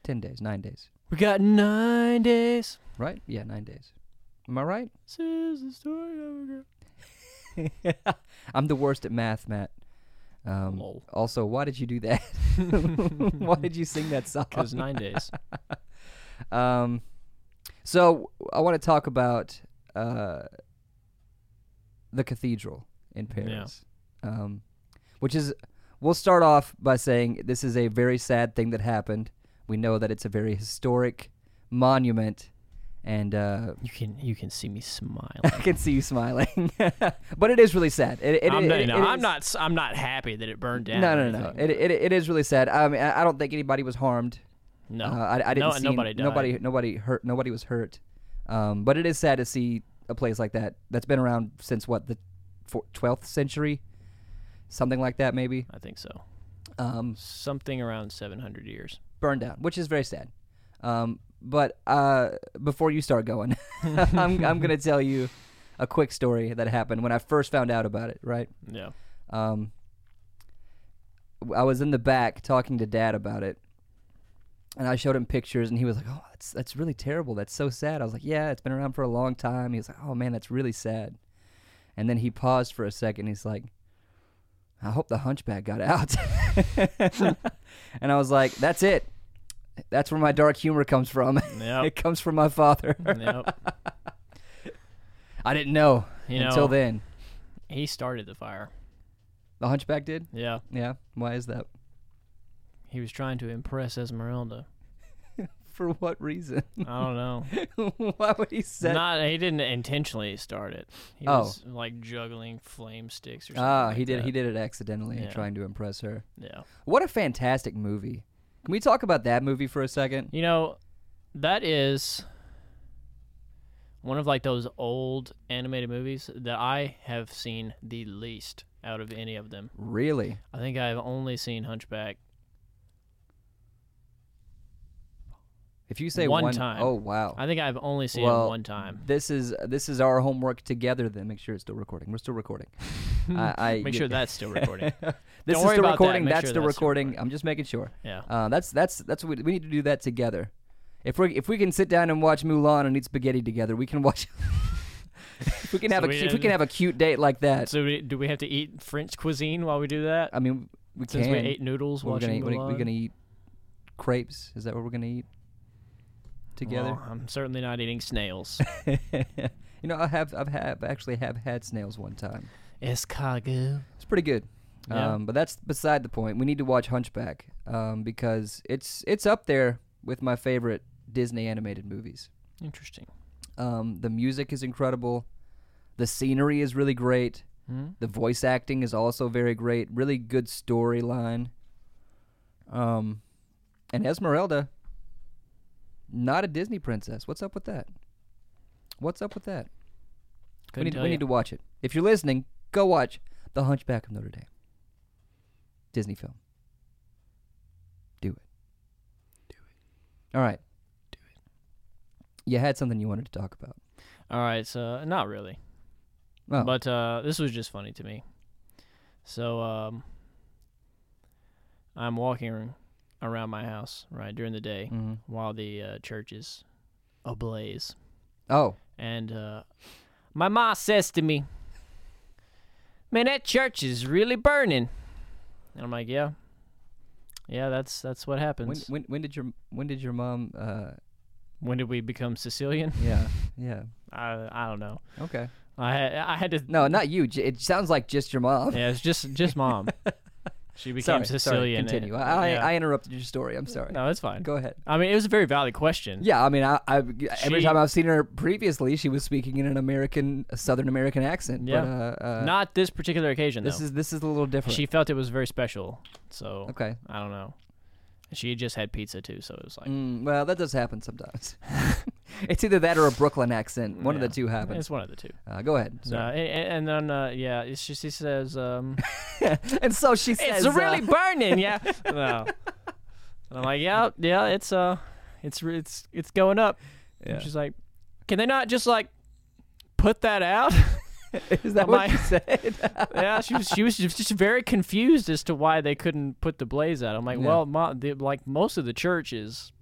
Speaker 2: Ten days, nine days,
Speaker 1: We got nine days.
Speaker 2: right? Yeah, nine days. Am I right?
Speaker 1: This is the story of a girl.
Speaker 2: I'm the worst at math, Matt. Um,
Speaker 1: Lol.
Speaker 2: also, why did you do that? why did you sing that song?
Speaker 1: Because nine days.
Speaker 2: Um, so I want to talk about uh, the cathedral in
Speaker 1: Yeah.
Speaker 2: Paris, um, which is. We'll start off by saying this is a very sad thing that happened. We know that it's a very historic monument, and uh,
Speaker 1: You can you can see me smiling.
Speaker 2: I can see you smiling, but it is really sad. It, it,
Speaker 1: I'm,
Speaker 2: it-
Speaker 1: not,
Speaker 2: it-
Speaker 1: no,
Speaker 2: it
Speaker 1: I'm
Speaker 2: is-
Speaker 1: not. s- I'm not happy that it burned down.
Speaker 2: No,
Speaker 1: or
Speaker 2: no, no, no.
Speaker 1: anything.
Speaker 2: It, it, it is really sad. I mean, I I don't think anybody was harmed.
Speaker 1: No.
Speaker 2: Uh, I, I didn't
Speaker 1: No,
Speaker 2: see
Speaker 1: nobody died.
Speaker 2: nobody nobody hurt nobody was hurt. Um, but it is sad to see a place like that that's been around since what the four- 12th century, something like that maybe.
Speaker 1: I think so.
Speaker 2: Um,
Speaker 1: Something around 700 years.
Speaker 2: burned down, which is very sad. Um, but uh, before you start going, I'm I'm gonna tell you a quick story that happened when I first found out about it. Right.
Speaker 1: Yeah.
Speaker 2: Um, w- I was in the back talking to Dad about it, and I showed him pictures, and he was like, "Oh, that's that's really terrible. That's so sad." I was like, "Yeah, it's been around for a long time." He was like, "Oh man, that's really sad." And then he paused for a second. He's like, "I hope the Hunchback got out." and I was like, "That's it. That's where my dark humor comes from.
Speaker 1: Yep.
Speaker 2: it comes from my father.
Speaker 1: yep.
Speaker 2: I didn't know
Speaker 1: You know,
Speaker 2: until then.
Speaker 1: he started the fire.
Speaker 2: The Hunchback did.
Speaker 1: Yeah.
Speaker 2: Yeah. Why is that?
Speaker 1: He was trying to impress Esmeralda.
Speaker 2: For what reason?"
Speaker 1: I don't know.
Speaker 2: Why would he say?
Speaker 1: Not he didn't intentionally start it. He
Speaker 2: Oh.
Speaker 1: was like juggling flame sticks or something.
Speaker 2: ah,
Speaker 1: like
Speaker 2: he did.
Speaker 1: that.
Speaker 2: He did it accidentally,
Speaker 1: Yeah.
Speaker 2: trying to impress her.
Speaker 1: Yeah.
Speaker 2: What a fantastic movie! Can we talk about that movie for a second?
Speaker 1: You know, that is one of like those old animated movies that I have seen the least out of any of them.
Speaker 2: Really?
Speaker 1: I think I have only seen Hunchback.
Speaker 2: If you say
Speaker 1: One
Speaker 2: one,
Speaker 1: time.
Speaker 2: oh wow!
Speaker 1: I think I've only seen it
Speaker 2: Well,
Speaker 1: one time.
Speaker 2: This is this is our homework together. Then make sure it's still recording. We're still recording. I, I
Speaker 1: Make
Speaker 2: you-
Speaker 1: sure that's still recording.
Speaker 2: this
Speaker 1: Don't
Speaker 2: is
Speaker 1: worry
Speaker 2: still
Speaker 1: about that.
Speaker 2: recording.
Speaker 1: Make
Speaker 2: That's
Speaker 1: sure
Speaker 2: still
Speaker 1: that's still
Speaker 2: recording.
Speaker 1: recording.
Speaker 2: I'm just making sure.
Speaker 1: Yeah.
Speaker 2: Uh, that's that's that's what we need to do that together. If we if we can sit down and watch Mulan and eat spaghetti together, we can watch. if we can have
Speaker 1: So
Speaker 2: a
Speaker 1: we
Speaker 2: cu- if we
Speaker 1: didn't-
Speaker 2: can have a cute date like that,
Speaker 1: So we, do we have to eat French cuisine while we do that?
Speaker 2: I mean, we
Speaker 1: Since
Speaker 2: can.
Speaker 1: we ate noodles
Speaker 2: What we're gonna
Speaker 1: watching
Speaker 2: eat, we're,
Speaker 1: Mulan?
Speaker 2: gonna eat crepes. Is that what we're gonna eat together?
Speaker 1: Well, I'm certainly not eating snails.
Speaker 2: you know, I have I've have actually have had snails one time.
Speaker 1: Escargot.
Speaker 2: It's pretty good.
Speaker 1: Yeah.
Speaker 2: Um, but that's beside the point. We need to watch Hunchback um, because it's it's up there with my favorite Disney animated movies.
Speaker 1: Interesting.
Speaker 2: Um, the music is incredible. The scenery is really great.
Speaker 1: Hmm?
Speaker 2: The voice acting is also very great. Really good storyline. Um, and Esmeralda, not a Disney princess. What's up with that? What's up with that?
Speaker 1: Couldn't
Speaker 2: we need
Speaker 1: tell
Speaker 2: we
Speaker 1: ya.
Speaker 2: need to watch it. If you're listening, go watch The Hunchback of Notre Dame. Disney film. Do it. Do it. All right. Do it. You had something you wanted to talk about.
Speaker 1: All right, so not really.
Speaker 2: Oh,
Speaker 1: But uh, this was just funny to me. So um, I'm walking around my house right during the day
Speaker 2: mhm.
Speaker 1: while the uh, church is ablaze,
Speaker 2: oh,
Speaker 1: and uh, my ma says to me, "Man, that church is really burning." And I'm like, "Yeah, yeah, that's that's what
Speaker 2: when,
Speaker 1: happens." When,
Speaker 2: when when did your when did your mom? Uh,
Speaker 1: did we become Sicilian?
Speaker 2: yeah, yeah.
Speaker 1: I I don't know.
Speaker 2: Okay.
Speaker 1: I had, I had to
Speaker 2: No, not you. J- It sounds like just your mom.
Speaker 1: Yeah, it's just just mom. She became
Speaker 2: sorry,
Speaker 1: Sicilian.
Speaker 2: Sorry, continue.
Speaker 1: and-
Speaker 2: I,
Speaker 1: yeah.
Speaker 2: I, I interrupted your story. I'm sorry.
Speaker 1: no, it's fine.
Speaker 2: Go ahead.
Speaker 1: I mean, it was a very valid question.
Speaker 2: Yeah, I mean, I, I every
Speaker 1: She-
Speaker 2: time I've seen her previously, she was speaking in an American, a Southern American accent.
Speaker 1: Yeah.
Speaker 2: But, uh, uh,
Speaker 1: Not this particular occasion,
Speaker 2: this
Speaker 1: though.
Speaker 2: is this is a little different.
Speaker 1: she felt it was very special, so
Speaker 2: okay.
Speaker 1: I don't know. She had just had pizza too, so it was like
Speaker 2: Mm, well, that does happen sometimes. it's either that or a Brooklyn accent. One of
Speaker 1: Yeah.
Speaker 2: the two happens.
Speaker 1: it's one of the two.
Speaker 2: Uh, go ahead.
Speaker 1: So,
Speaker 2: Sorry.
Speaker 1: and, and then uh, yeah, it's just, she says, um,
Speaker 2: and so she says,
Speaker 1: "It's
Speaker 2: uh,
Speaker 1: really burning," yeah. no. And I'm like, yeah, yeah, it's uh, it's re- it's it's going up.
Speaker 2: Yeah.
Speaker 1: And she's like, "Can they not just like put that out?"
Speaker 2: "Is that
Speaker 1: am
Speaker 2: what
Speaker 1: I-
Speaker 2: you said?"
Speaker 1: yeah, she was she was just just very confused as to why they couldn't put the blaze out. I'm like,
Speaker 2: Yeah.
Speaker 1: well, mo- the, like most of the church is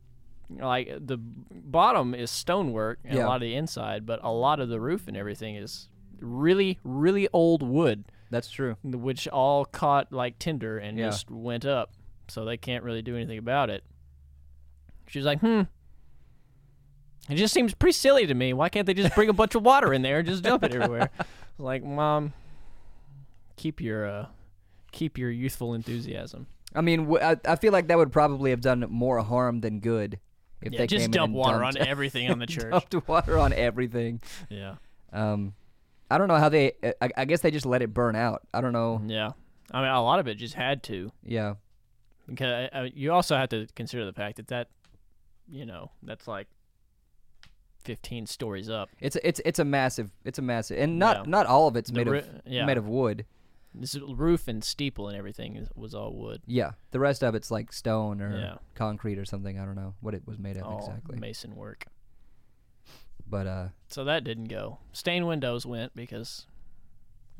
Speaker 1: like the bottom is stonework and a
Speaker 2: Yeah.
Speaker 1: lot of the inside, but a lot of the roof and everything is really, really old wood,
Speaker 2: That's true.
Speaker 1: which all caught like tinder and
Speaker 2: Yeah.
Speaker 1: just went up. So they can't really do anything about it. She was like, hmm. It just seems pretty silly to me. Why can't they just bring a bunch of water in there and just dump it everywhere? I was like, mom, keep your uh, keep your youthful enthusiasm.
Speaker 2: I mean, w- I, I feel like that would probably have done more harm than good if
Speaker 1: Yeah,
Speaker 2: they
Speaker 1: just
Speaker 2: came
Speaker 1: dump
Speaker 2: in and
Speaker 1: water
Speaker 2: dumped,
Speaker 1: on everything on the church.
Speaker 2: dumped water on everything.
Speaker 1: Yeah.
Speaker 2: Um, I don't know how they. uh, I, I guess they just let it burn out. I don't know.
Speaker 1: Yeah. I mean, a lot of it just had to.
Speaker 2: Yeah,
Speaker 1: Because uh, you also have to consider the fact that that, you know, that's like 15 stories up.
Speaker 2: it's it's it's a massive. It's a massive, and not
Speaker 1: Yeah.
Speaker 2: not all of it's
Speaker 1: The
Speaker 2: made of
Speaker 1: ri- yeah.
Speaker 2: made of wood.
Speaker 1: This roof and steeple and everything is, was all wood.
Speaker 2: Yeah, the rest of it's like stone or
Speaker 1: Yeah.
Speaker 2: concrete or something. I don't know what it was made of
Speaker 1: All
Speaker 2: Er, exactly.
Speaker 1: mason work.
Speaker 2: But uh,
Speaker 1: So that didn't go. Stained windows went because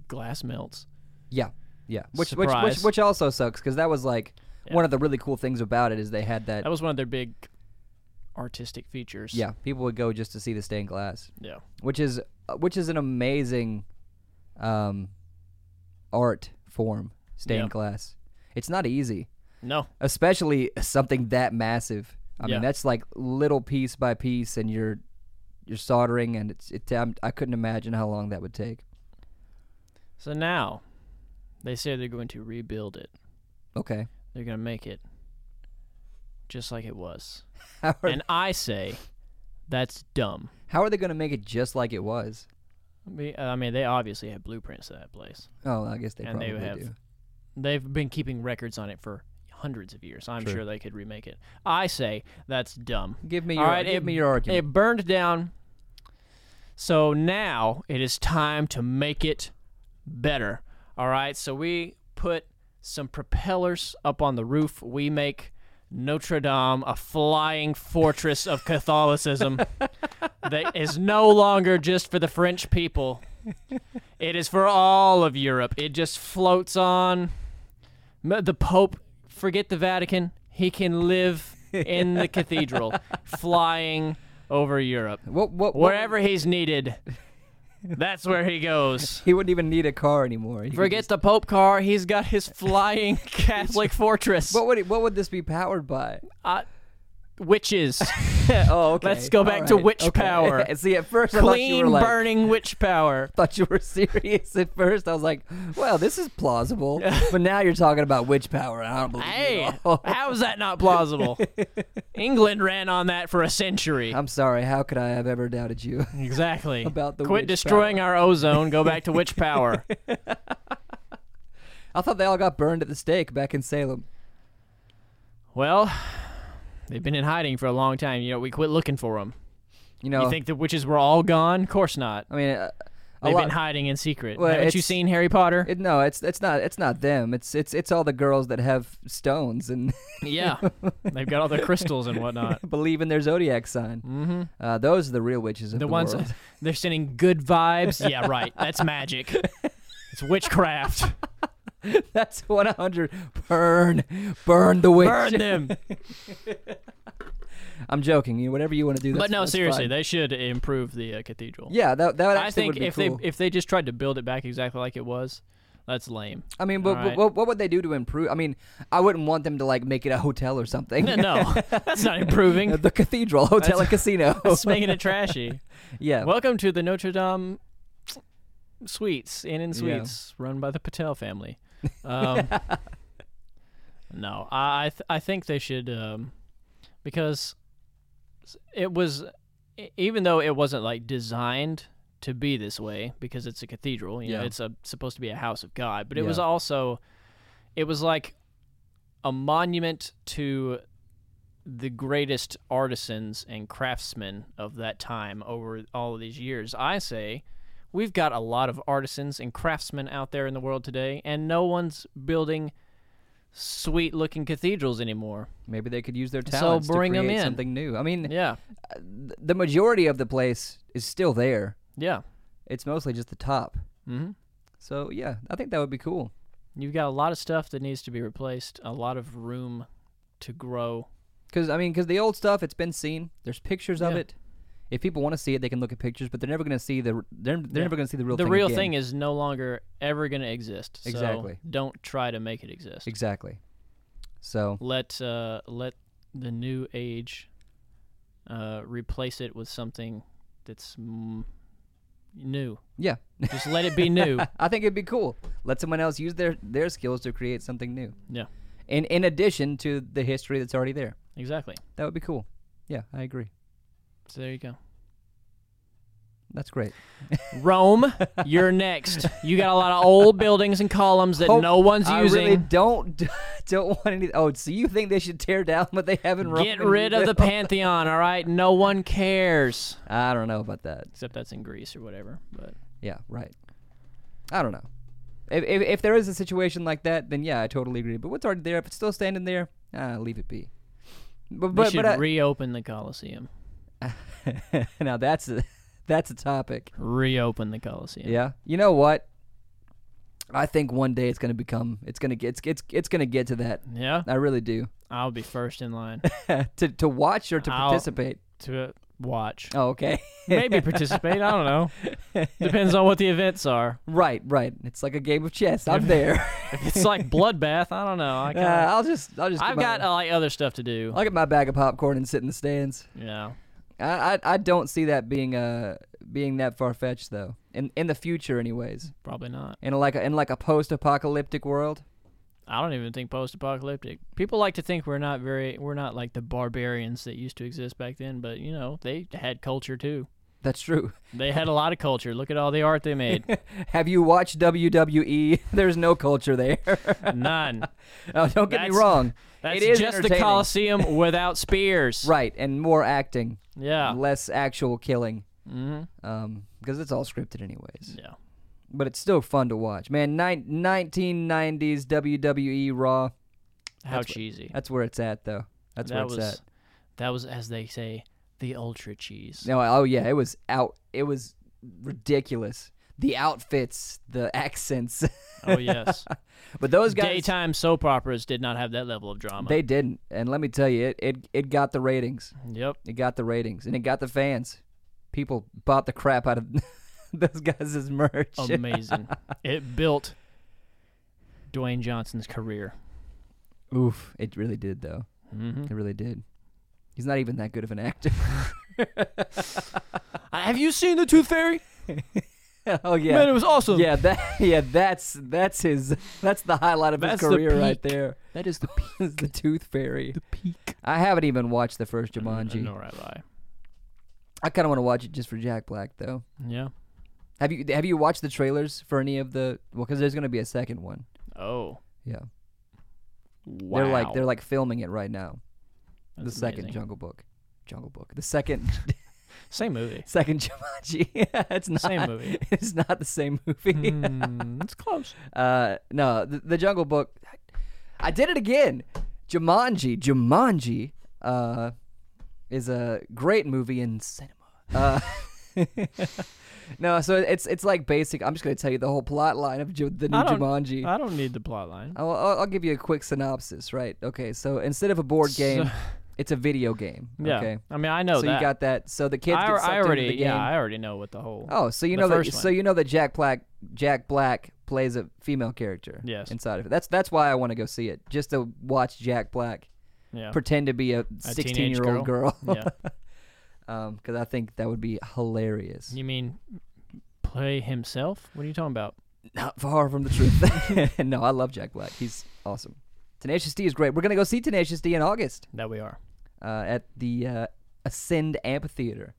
Speaker 1: glass melts.
Speaker 2: yeah, yeah. Which which, which
Speaker 1: Surprise.
Speaker 2: which also sucks because that was like
Speaker 1: Yeah.
Speaker 2: one of the really cool things about it is they had that.
Speaker 1: That was one of their big artistic features.
Speaker 2: yeah, people would go just to see the stained glass,
Speaker 1: Yeah.
Speaker 2: which is uh, which is an amazing um, art form. Stained
Speaker 1: Yeah.
Speaker 2: glass. It's not easy.
Speaker 1: No.
Speaker 2: especially something that massive. I
Speaker 1: Yeah.
Speaker 2: mean, that's like little piece by piece, and you're you're soldering, and it's it. I'm, I couldn't imagine how long that would take.
Speaker 1: So now they say they're going to rebuild it.
Speaker 2: Okay,
Speaker 1: They're going to make it just like it was.
Speaker 2: how are,
Speaker 1: and I say that's dumb.
Speaker 2: how are they going to make it just like it was?
Speaker 1: I mean- I mean, they obviously have blueprints to that place.
Speaker 2: Oh, I guess they
Speaker 1: And they
Speaker 2: probably
Speaker 1: have-
Speaker 2: do.
Speaker 1: They've been keeping records on it for hundreds of years. I'm
Speaker 2: True.
Speaker 1: sure they could remake it. I say that's dumb.
Speaker 2: Give me your
Speaker 1: All right,
Speaker 2: give
Speaker 1: it-
Speaker 2: me your argument.
Speaker 1: It burned down. So now it is time to make it better. All right. So we put some propellers up on the roof. We make Notre Dame a flying fortress of Catholicism that is no longer just for the French people. It is for all of Europe. It just floats on. M- The Pope, forget the Vatican. He can live in the cathedral, flying over Europe.
Speaker 2: what, what what-
Speaker 1: Wherever he's needed, that's where he goes.
Speaker 2: he wouldn't even need a car anymore. He could
Speaker 1: Forget the Pope car. He's got his flying Catholic fortress.
Speaker 2: just- what would it, what would this be powered by?
Speaker 1: Uh, witches.
Speaker 2: Oh, okay.
Speaker 1: Let's go
Speaker 2: All
Speaker 1: back to witch
Speaker 2: okay.
Speaker 1: power.
Speaker 2: See, at first I thought you were
Speaker 1: Clean
Speaker 2: like,
Speaker 1: burning witch power.
Speaker 2: thought you were serious at first. I was like, well, this is plausible. but now you're talking about witch power. and I don't believe you at
Speaker 1: Hey,
Speaker 2: all.
Speaker 1: how is that not plausible? England ran on that for a century.
Speaker 2: I'm sorry. How could I have ever doubted you?
Speaker 1: Exactly.
Speaker 2: About the
Speaker 1: Quit
Speaker 2: witch
Speaker 1: destroying our ozone. Go back to witch power.
Speaker 2: I thought they all got burned at the stake back in Salem.
Speaker 1: well, they've been in hiding for a long time. You know, we quit looking for them.
Speaker 2: You know,
Speaker 1: You think the witches were all gone? Of course not.
Speaker 2: I mean, uh, a
Speaker 1: They've
Speaker 2: lot-
Speaker 1: been hiding in secret.
Speaker 2: Well,
Speaker 1: Haven't you
Speaker 2: it's-
Speaker 1: seen Harry Potter?
Speaker 2: it, no, it's it's not it's not them. It's it's it's all the girls that have stones and
Speaker 1: yeah. They've got all their crystals and whatnot.
Speaker 2: believe in their zodiac sign. Mm-hmm. Uh, those are the real witches of the,
Speaker 1: Hmm? The ones
Speaker 2: world.
Speaker 1: they're sending good vibes. Yeah, right. That's magic. It's witchcraft.
Speaker 2: That's one hundred. Burn, burn the witch.
Speaker 1: Burn them.
Speaker 2: I'm joking. You whatever you want to do.
Speaker 1: But
Speaker 2: that's-
Speaker 1: no,
Speaker 2: that's
Speaker 1: seriously,
Speaker 2: fine.
Speaker 1: they should improve the uh, cathedral.
Speaker 2: yeah, that that actually
Speaker 1: I
Speaker 2: would
Speaker 1: think
Speaker 2: be
Speaker 1: if
Speaker 2: cool.
Speaker 1: they if they just tried to build it back exactly like it was, that's lame.
Speaker 2: I mean, but,
Speaker 1: Alright.
Speaker 2: what, what would they do to improve? I mean, I wouldn't want them to like make it a hotel or something.
Speaker 1: no, that's not improving.
Speaker 2: the cathedral, hotel, and casino.
Speaker 1: That's making it trashy.
Speaker 2: yeah,
Speaker 1: Welcome to the Notre Dame Suites Inn and
Speaker 2: Yeah.
Speaker 1: Suites, run by the Patel family. Um, no, I I, th- I think they should um, because it was e- even though it wasn't like designed to be this way because it's a cathedral. You know,
Speaker 2: Yeah.
Speaker 1: it's a, supposed to be a house of God, but it
Speaker 2: Yeah.
Speaker 1: was also it was like a monument to the greatest artisans and craftsmen of that time over all of these years. I say we've got a lot of artisans and craftsmen out there in the world today, and no one's building sweet looking cathedrals anymore.
Speaker 2: maybe they could use their talents
Speaker 1: bring
Speaker 2: to
Speaker 1: 'em
Speaker 2: create
Speaker 1: in.
Speaker 2: something new. I mean,
Speaker 1: Yeah.
Speaker 2: th- the majority of the place is still there.
Speaker 1: Yeah.
Speaker 2: It's mostly just the top.
Speaker 1: hmm
Speaker 2: So yeah, I think that would be cool.
Speaker 1: You've got a lot of stuff that needs to be replaced, a lot of room to grow.
Speaker 2: Because I mean, because the old stuff, it's been seen. There's pictures of
Speaker 1: Yeah.
Speaker 2: it. If people want to see it, they can look at pictures, but they're never going to see the they're, they're never going to see the real
Speaker 1: the
Speaker 2: thing
Speaker 1: real
Speaker 2: again.
Speaker 1: thing is no longer ever going to exist. So
Speaker 2: Exactly.
Speaker 1: don't try to make it exist.
Speaker 2: exactly. So
Speaker 1: let uh, let the new age uh, replace it with something that's mm, new.
Speaker 2: yeah,
Speaker 1: Just let it be new.
Speaker 2: I think it'd be cool. Let someone else use their their skills to create something new.
Speaker 1: Yeah.
Speaker 2: In in addition to the history that's already there,
Speaker 1: Exactly.
Speaker 2: that would be cool. Yeah, I agree.
Speaker 1: So there you go.
Speaker 2: That's great.
Speaker 1: Rome, you're next. You got a lot of old buildings and columns that
Speaker 2: Hope-
Speaker 1: no one's
Speaker 2: I
Speaker 1: using.
Speaker 2: really don't don't want any. Oh, so you think they should tear down what they have in Rome?
Speaker 1: Get
Speaker 2: and
Speaker 1: rid of the
Speaker 2: rebuild?
Speaker 1: Pantheon, all right? No one cares.
Speaker 2: I don't know about that.
Speaker 1: Except that's in Greece or whatever. But
Speaker 2: Yeah, right. I don't know. If, if, if there is a situation like that, then yeah, I totally agree. But what's already there, if it's still standing there, ah, leave it be. But
Speaker 1: we
Speaker 2: but,
Speaker 1: should
Speaker 2: but I-
Speaker 1: reopen the Colosseum.
Speaker 2: now that's a that's a topic.
Speaker 1: Reopen the Colosseum.
Speaker 2: Yeah, you know what? I think one day it's gonna become it's gonna get it's it's, it's gonna get to that.
Speaker 1: Yeah,
Speaker 2: I really do.
Speaker 1: I'll be first in line
Speaker 2: to to watch or to
Speaker 1: I'll-
Speaker 2: participate.
Speaker 1: to uh, watch.
Speaker 2: Oh, okay.
Speaker 1: Maybe participate. I don't know. Depends on what the events are.
Speaker 2: right, right. It's like a game of chess. I'm there.
Speaker 1: If it's like bloodbath, I don't know. I
Speaker 2: Uh,
Speaker 1: kinda,
Speaker 2: I'll just I'll just. get
Speaker 1: I've
Speaker 2: my-
Speaker 1: got uh, like other stuff to do.
Speaker 2: I'll get my bag of popcorn and sit in the stands.
Speaker 1: Yeah.
Speaker 2: I, I I don't see that being uh being that far fetched though. In in the future, anyways.
Speaker 1: Probably not.
Speaker 2: In like a, in like a post apocalyptic world.
Speaker 1: I don't even think post-apocalyptic. People like to think we're not very, we're not like the barbarians that used to exist back then. But you know, they had culture too.
Speaker 2: That's true.
Speaker 1: They had a lot of culture. Look at all the art they made.
Speaker 2: Have you watched WWE? There's no culture there.
Speaker 1: None.
Speaker 2: oh, don't get
Speaker 1: That's-
Speaker 2: me wrong.
Speaker 1: That's
Speaker 2: It is
Speaker 1: just the
Speaker 2: entertaining.
Speaker 1: Colosseum without spears.
Speaker 2: Right, and more acting,
Speaker 1: Yeah.
Speaker 2: less actual killing.
Speaker 1: Mm-hmm.
Speaker 2: Um, because it's all scripted anyways.
Speaker 1: Yeah.
Speaker 2: But it's still fun to watch. Man, nine, 1990s WWE E Raw.
Speaker 1: How
Speaker 2: That's what-
Speaker 1: cheesy.
Speaker 2: That's where it's at though. That's where
Speaker 1: that
Speaker 2: it's
Speaker 1: was.
Speaker 2: at.
Speaker 1: That was, as they say, the ultra cheese.
Speaker 2: No, oh yeah, it was out. It was ridiculous. The outfits, the accents,
Speaker 1: Oh yes.
Speaker 2: but those guys
Speaker 1: Daytime soap operas did not have that level of drama.
Speaker 2: they didn't. And let me tell you, it, it it got the ratings.
Speaker 1: yep.
Speaker 2: It got the ratings, and it got the fans. People bought the crap out of those guys' merch.
Speaker 1: Amazing. it built Dwayne Johnson's career.
Speaker 2: Oof, it really did though.
Speaker 1: hmm
Speaker 2: It really did. He's not even that good of an actor.
Speaker 1: Have you seen the Tooth Fairy?
Speaker 2: oh yeah.
Speaker 1: Man, it was awesome.
Speaker 2: yeah, that yeah, that's that's his that's the highlight of
Speaker 1: That's
Speaker 2: his
Speaker 1: the
Speaker 2: career right
Speaker 1: peak.
Speaker 2: there.
Speaker 1: That is the
Speaker 2: Is the Tooth Fairy.
Speaker 1: peak.
Speaker 2: I haven't even watched the first Jumanji.
Speaker 1: Jumanji. No right eye.
Speaker 2: I kind of want to watch it just for Jack Black though.
Speaker 1: Yeah.
Speaker 2: Have you have you watched the trailers for any of the? Well, because there's going to be a second one.
Speaker 1: Oh.
Speaker 2: Yeah,
Speaker 1: Wow.
Speaker 2: they're like they're like filming it right now.
Speaker 1: That's
Speaker 2: the second
Speaker 1: amazing.
Speaker 2: Jungle Book, Jungle Book. The second
Speaker 1: Same movie.
Speaker 2: second Jumanji. it's not
Speaker 1: Same movie.
Speaker 2: It's not the same movie.
Speaker 1: Mm, it's close.
Speaker 2: Uh, no, the, the Jungle Book. I did it again. Jumanji. Jumanji uh, is a great movie in cinema. Uh, no, so it's it's like basic. I'm just gonna tell you the whole plot line of Ju- the new
Speaker 1: I don't-
Speaker 2: Jumanji.
Speaker 1: I don't need the plot line.
Speaker 2: I'll, I'll I'll give you a quick synopsis, right? Okay, so instead of a board game,
Speaker 1: So-
Speaker 2: it's a video game.
Speaker 1: Yeah.
Speaker 2: Okay,
Speaker 1: I mean, I know
Speaker 2: so
Speaker 1: Oh, that.
Speaker 2: you got that. So the kids
Speaker 1: I,
Speaker 2: get sucked
Speaker 1: I already,
Speaker 2: into the game.
Speaker 1: yeah, I already know what the whole.
Speaker 2: Oh, so you
Speaker 1: The
Speaker 2: know that.
Speaker 1: first
Speaker 2: So
Speaker 1: one.
Speaker 2: you know that Jack Black, Jack Black plays a female character.
Speaker 1: Yes.
Speaker 2: Inside of it. That's that's why I want to go see it, just to watch Jack Black
Speaker 1: yeah.
Speaker 2: pretend to be a
Speaker 1: teenage
Speaker 2: sixteen-year-old girl.
Speaker 1: yeah.
Speaker 2: Um, because I think that would be hilarious.
Speaker 1: You mean play himself? What are you talking about?
Speaker 2: Not far from the truth. no, I love Jack Black. He's awesome. Tenacious D is great. We're gonna go see Tenacious D in August
Speaker 1: That we are.
Speaker 2: uh, at the uh, Ascend Amphitheater.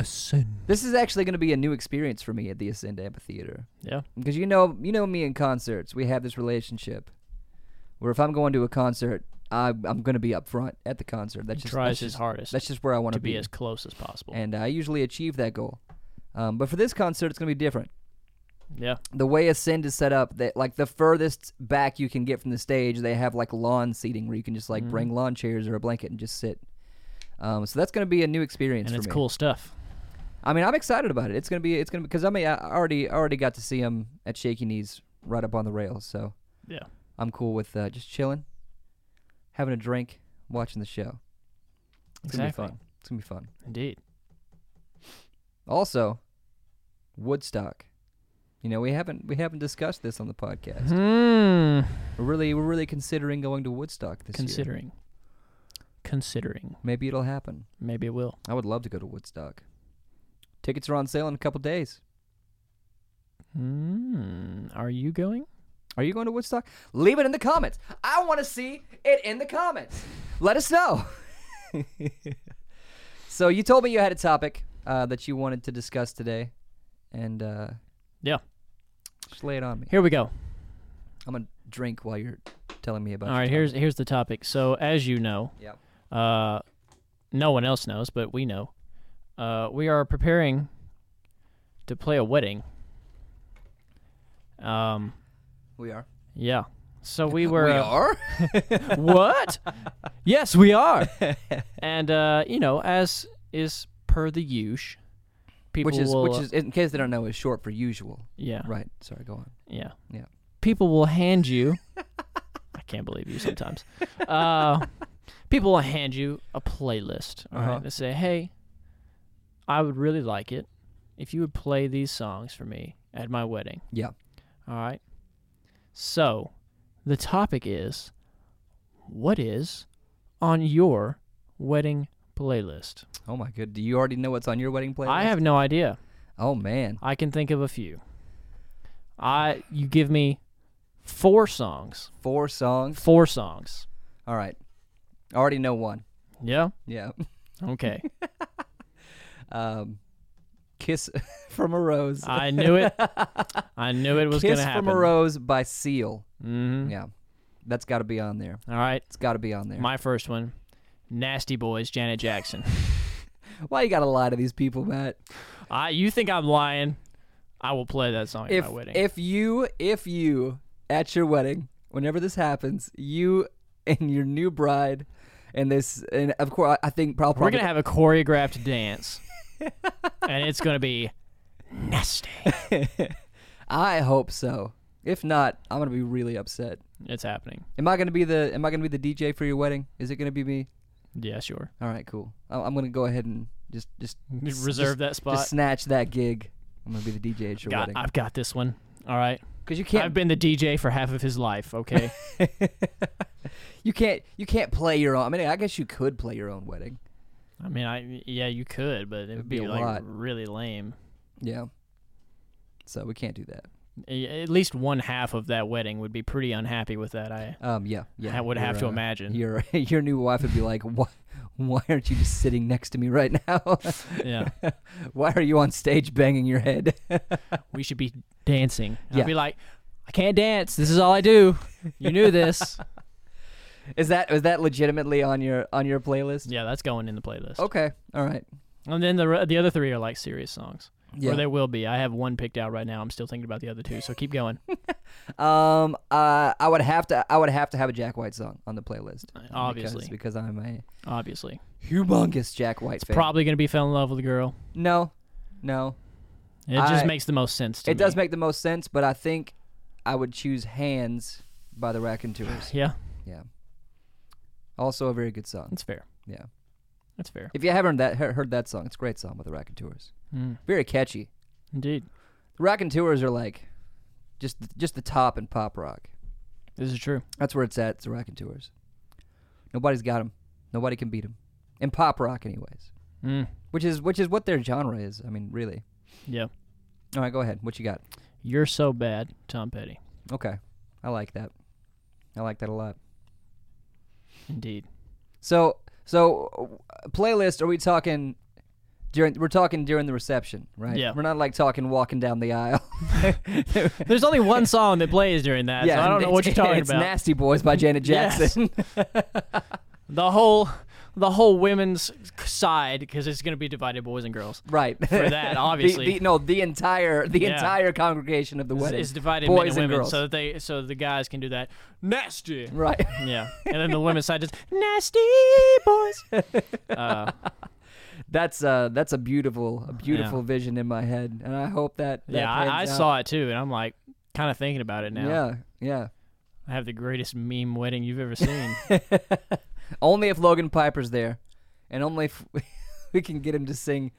Speaker 1: Ascend.
Speaker 2: This is actually gonna be a new experience for me at the Ascend Amphitheater.
Speaker 1: Yeah.
Speaker 2: because you know you know me in concerts we have this relationship where if i'm going to a concert I, i'm going to be up front at the concert that's
Speaker 1: He
Speaker 2: just,
Speaker 1: tries
Speaker 2: that's
Speaker 1: his
Speaker 2: just,
Speaker 1: hardest
Speaker 2: that's just where i want
Speaker 1: to
Speaker 2: to be,
Speaker 1: be as close as possible.
Speaker 2: and i usually achieve that goal um, but for this concert it's going to be different
Speaker 1: yeah.
Speaker 2: the way ascend is set up that like the furthest back you can get from the stage they have like lawn seating where you can just like bring
Speaker 1: Mm-hmm.
Speaker 2: lawn chairs or a blanket and just sit um, so that's going to be a new experience
Speaker 1: And
Speaker 2: for
Speaker 1: it's
Speaker 2: me.
Speaker 1: cool stuff.
Speaker 2: I mean, I'm excited about it. It's gonna be, it's gonna be, because I mean, I already, I already got to see him at Shaky Knees right up on the rails, so
Speaker 1: Yeah.
Speaker 2: I'm cool with uh, just chilling, having a drink, watching the show. It's
Speaker 1: Exactly.
Speaker 2: gonna be fun. It's gonna be fun.
Speaker 1: Indeed.
Speaker 2: Also, Woodstock. You know, we haven't we haven't discussed this on the podcast.
Speaker 1: Hmm.
Speaker 2: We're really we're really considering going to Woodstock this year.
Speaker 1: Considering. Considering.
Speaker 2: Maybe it'll happen.
Speaker 1: Maybe it will.
Speaker 2: I would love to go to Woodstock. Tickets are on sale in a couple days.
Speaker 1: Hmm. Are you going?
Speaker 2: Are you going to Woodstock? Leave it in the comments. I want to see it in the comments. Let us know. so you told me you had a topic uh, that you wanted to discuss today, and uh,
Speaker 1: Yeah.
Speaker 2: just lay it on me.
Speaker 1: Here we go.
Speaker 2: I'm gonna drink while you're telling me about.
Speaker 1: All right. Here's here's the topic. So as you know,
Speaker 2: Yep.
Speaker 1: uh, no one else knows, but we know. Uh, we are preparing to play a wedding. Um.
Speaker 2: we are.
Speaker 1: Yeah. So we were.
Speaker 2: we
Speaker 1: uh,
Speaker 2: are.
Speaker 1: what? yes, we are. and uh, you know, as is per the usual, people
Speaker 2: Which is
Speaker 1: will,
Speaker 2: which
Speaker 1: uh,
Speaker 2: is in case they don't know is short for usual.
Speaker 1: yeah,
Speaker 2: Right. Sorry. Go on.
Speaker 1: yeah,
Speaker 2: Yeah.
Speaker 1: People will hand you. I can't believe you sometimes. Uh, people will hand you a playlist. All right,
Speaker 2: Uh-huh.
Speaker 1: they say, "Hey, I would really like it if you would play these songs for me at my wedding."
Speaker 2: Yeah.
Speaker 1: All right. So, the topic is what is on your wedding playlist?
Speaker 2: Oh my good. Do you already know what's on your wedding playlist?
Speaker 1: I have no idea.
Speaker 2: Oh man.
Speaker 1: I can think of a few. I you give me four songs.
Speaker 2: Four songs.
Speaker 1: Four songs.
Speaker 2: All right. I already know one.
Speaker 1: Yeah.
Speaker 2: Yeah.
Speaker 1: Okay.
Speaker 2: Um, Kiss from a Rose.
Speaker 1: I knew it. I knew it was going
Speaker 2: Kiss
Speaker 1: to happen.
Speaker 2: from a Rose by Seal.
Speaker 1: Mhm.
Speaker 2: Yeah. That's got to be on there.
Speaker 1: All right.
Speaker 2: It's got to be on there.
Speaker 1: My first one. Nasty Boys, Janet Jackson.
Speaker 2: Why you got to lie to these people, Matt?
Speaker 1: I you think I'm lying? I will play that song
Speaker 2: if
Speaker 1: at my wedding.
Speaker 2: if you if you at your wedding whenever this happens you and your new bride and this and of course i think prob- probably
Speaker 1: We're gonna have a choreographed dance, and it's gonna be nasty.
Speaker 2: i hope so if not i'm gonna be really upset
Speaker 1: It's happening.
Speaker 2: am i gonna be the am i gonna be the dj for your wedding is it gonna be me
Speaker 1: Yeah, sure.
Speaker 2: all right cool I- i'm gonna go ahead and just just s-
Speaker 1: Reserve that
Speaker 2: just, just
Speaker 1: spot.
Speaker 2: snatch that gig i'm gonna be the dj at your
Speaker 1: Got,
Speaker 2: wedding
Speaker 1: I've got this one. All right.
Speaker 2: because you can't
Speaker 1: I've been the DJ for half of his life. Okay.
Speaker 2: you can't you can't play your own i mean i guess you could play your own wedding
Speaker 1: I mean, I yeah, you could, but it'd,
Speaker 2: It'd be
Speaker 1: be,
Speaker 2: a
Speaker 1: like
Speaker 2: lot.
Speaker 1: really lame.
Speaker 2: yeah so we can't do that
Speaker 1: A- At least one half of that wedding would be pretty unhappy with that. I
Speaker 2: Um, yeah, yeah.
Speaker 1: I would have
Speaker 2: your,
Speaker 1: to
Speaker 2: uh,
Speaker 1: imagine.
Speaker 2: Your your new wife would be like, why, why aren't you just sitting next to me right now?
Speaker 1: Yeah,
Speaker 2: why are you on stage banging your head?
Speaker 1: we should be dancing.
Speaker 2: Yeah.
Speaker 1: I'd be like, I can't dance. This is all I do. You knew this.
Speaker 2: is that is that legitimately on your on your playlist?
Speaker 1: yeah, that's going in the playlist.
Speaker 2: Okay, all right.
Speaker 1: And then the re- the other three are like serious songs,
Speaker 2: Yeah.
Speaker 1: or they will be. I have one picked out right now. I'm still thinking about the other two, so keep going.
Speaker 2: um, uh, I would have to I would have to have a Jack White song on the playlist.
Speaker 1: Obviously.
Speaker 2: because, because I'm a
Speaker 1: Obviously,
Speaker 2: humongous Jack White fan.
Speaker 1: probably gonna be fell in love with a girl.
Speaker 2: no, no,
Speaker 1: It just
Speaker 2: I-
Speaker 1: makes the most sense to
Speaker 2: it
Speaker 1: me.
Speaker 2: does make the most sense, but I think I would choose Hands by the Raconteurs.
Speaker 1: Yeah,
Speaker 2: yeah, also a very good song.
Speaker 1: that's fair.
Speaker 2: Yeah.
Speaker 1: that's fair.
Speaker 2: If you haven't heard that, he- heard that song, it's a great song by the Raconteurs.
Speaker 1: Mm,
Speaker 2: Very catchy.
Speaker 1: indeed,
Speaker 2: The Raconteurs are like just just the top in pop rock.
Speaker 1: this is true.
Speaker 2: That's where it's at. It's the Raconteurs. Nobody's got them. Nobody can beat them in pop rock, anyways.
Speaker 1: Mm,
Speaker 2: Which is which is what their genre is. I mean, really.
Speaker 1: yeah,
Speaker 2: All right, go ahead. What you got?
Speaker 1: you're so bad, Tom Petty.
Speaker 2: Okay, I like that. I like that a lot.
Speaker 1: Indeed.
Speaker 2: So so uh, playlist. Are we talking? During, we're talking during the reception, right?
Speaker 1: Yeah.
Speaker 2: We're not like talking walking down the aisle.
Speaker 1: There's only one song that plays during that, so I don't know
Speaker 2: it's-
Speaker 1: what you're talking
Speaker 2: it's
Speaker 1: about.
Speaker 2: Nasty Boys by Janet
Speaker 1: Yes.
Speaker 2: Jackson.
Speaker 1: the whole, the whole women's side, because it's gonna be divided boys and girls.
Speaker 2: right.
Speaker 1: For that,
Speaker 2: the,
Speaker 1: obviously,
Speaker 2: the, no, the entire the
Speaker 1: Yeah.
Speaker 2: entire congregation of the
Speaker 1: is-
Speaker 2: wedding
Speaker 1: is divided
Speaker 2: boys
Speaker 1: men and women,
Speaker 2: girls.
Speaker 1: so that they, so the guys can do that nasty.
Speaker 2: right.
Speaker 1: Yeah, and then the women's side just nasty boys. Uh,
Speaker 2: That's uh that's a beautiful a beautiful vision in my head, and I hope that, that
Speaker 1: yeah, I, I
Speaker 2: pans out.
Speaker 1: saw it too, and I'm like, kind of thinking about it now.
Speaker 2: Yeah, yeah.
Speaker 1: I have the greatest meme wedding you've ever seen.
Speaker 2: Only if Logan Piper's there, and only if we can get him to sing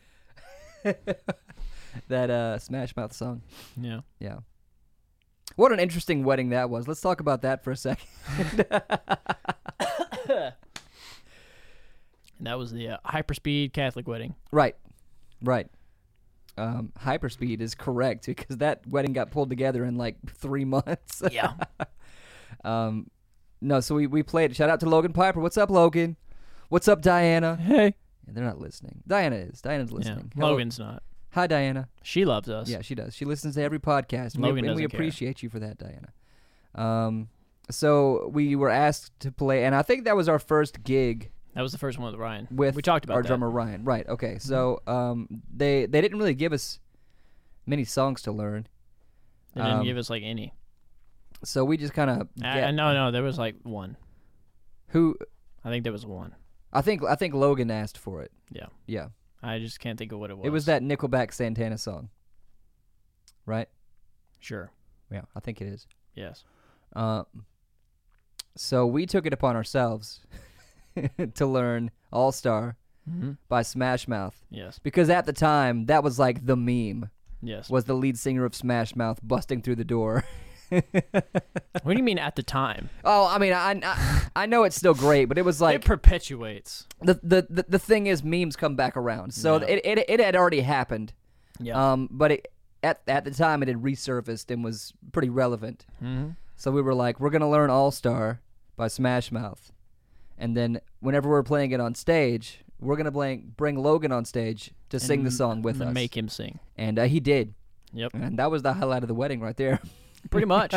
Speaker 2: that uh, Smash Mouth song.
Speaker 1: Yeah.
Speaker 2: Yeah. What an interesting wedding that was. Let's talk about that for a second.
Speaker 1: And that was the uh, hyperspeed Catholic wedding.
Speaker 2: Right. Right. Um, hyperspeed is correct because that wedding got pulled together in like three months.
Speaker 1: Yeah.
Speaker 2: Um, no, so we, we played. Shout out to Logan Piper. What's up, Logan? What's up, Diana?
Speaker 1: hey.
Speaker 2: Yeah, they're not listening. Diana is. Diana's
Speaker 1: Yeah.
Speaker 2: listening. Hello.
Speaker 1: Logan's not.
Speaker 2: Hi, Diana.
Speaker 1: She loves us.
Speaker 2: Yeah, she does. She listens to every podcast. and we-
Speaker 1: Logan
Speaker 2: and we
Speaker 1: doesn't care.
Speaker 2: appreciate you for that, Diana. Um, so we were asked to play, and I think that was our first gig
Speaker 1: That was the first one with Ryan.
Speaker 2: with
Speaker 1: we talked about
Speaker 2: our
Speaker 1: that. Mm-hmm.
Speaker 2: drummer Ryan. Right. Okay. So um, they they didn't really give us many songs to learn,
Speaker 1: They didn't
Speaker 2: um,
Speaker 1: give us like any.
Speaker 2: so we just kind of
Speaker 1: I, I- no, no, there was like one.
Speaker 2: who
Speaker 1: I think there was one.
Speaker 2: I think I think Logan asked for it.
Speaker 1: Yeah.
Speaker 2: Yeah.
Speaker 1: I just can't think of what it was.
Speaker 2: It was that Nickelback Santana song. Right?
Speaker 1: Sure.
Speaker 2: Yeah, I think it is.
Speaker 1: Yes.
Speaker 2: Uh, so we took it upon ourselves to learn All Star
Speaker 1: Mm-hmm.
Speaker 2: by Smash Mouth
Speaker 1: Yes.
Speaker 2: because at the time that was like the meme
Speaker 1: Yes.
Speaker 2: was the lead singer of Smash Mouth busting through the door.
Speaker 1: what do you mean at the time?
Speaker 2: Oh, I mean, I, I I know it's still great, but it was
Speaker 1: it
Speaker 2: like
Speaker 1: perpetuates.
Speaker 2: the the, the, the thing is memes come back around. So
Speaker 1: Yeah.
Speaker 2: it, it it had already happened.
Speaker 1: Yeah.
Speaker 2: Um, but it, at at the time it had resurfaced and was pretty relevant.
Speaker 1: Mm-hmm.
Speaker 2: So we were like, we're gonna learn All Star by Smash Mouth, and then whenever we're playing it on stage, we're gonna bring bring Logan on stage to sing the song with us.
Speaker 1: Make him sing.
Speaker 2: and uh, he did,
Speaker 1: Yep.
Speaker 2: and that was the highlight of the wedding right there.
Speaker 1: Pretty much.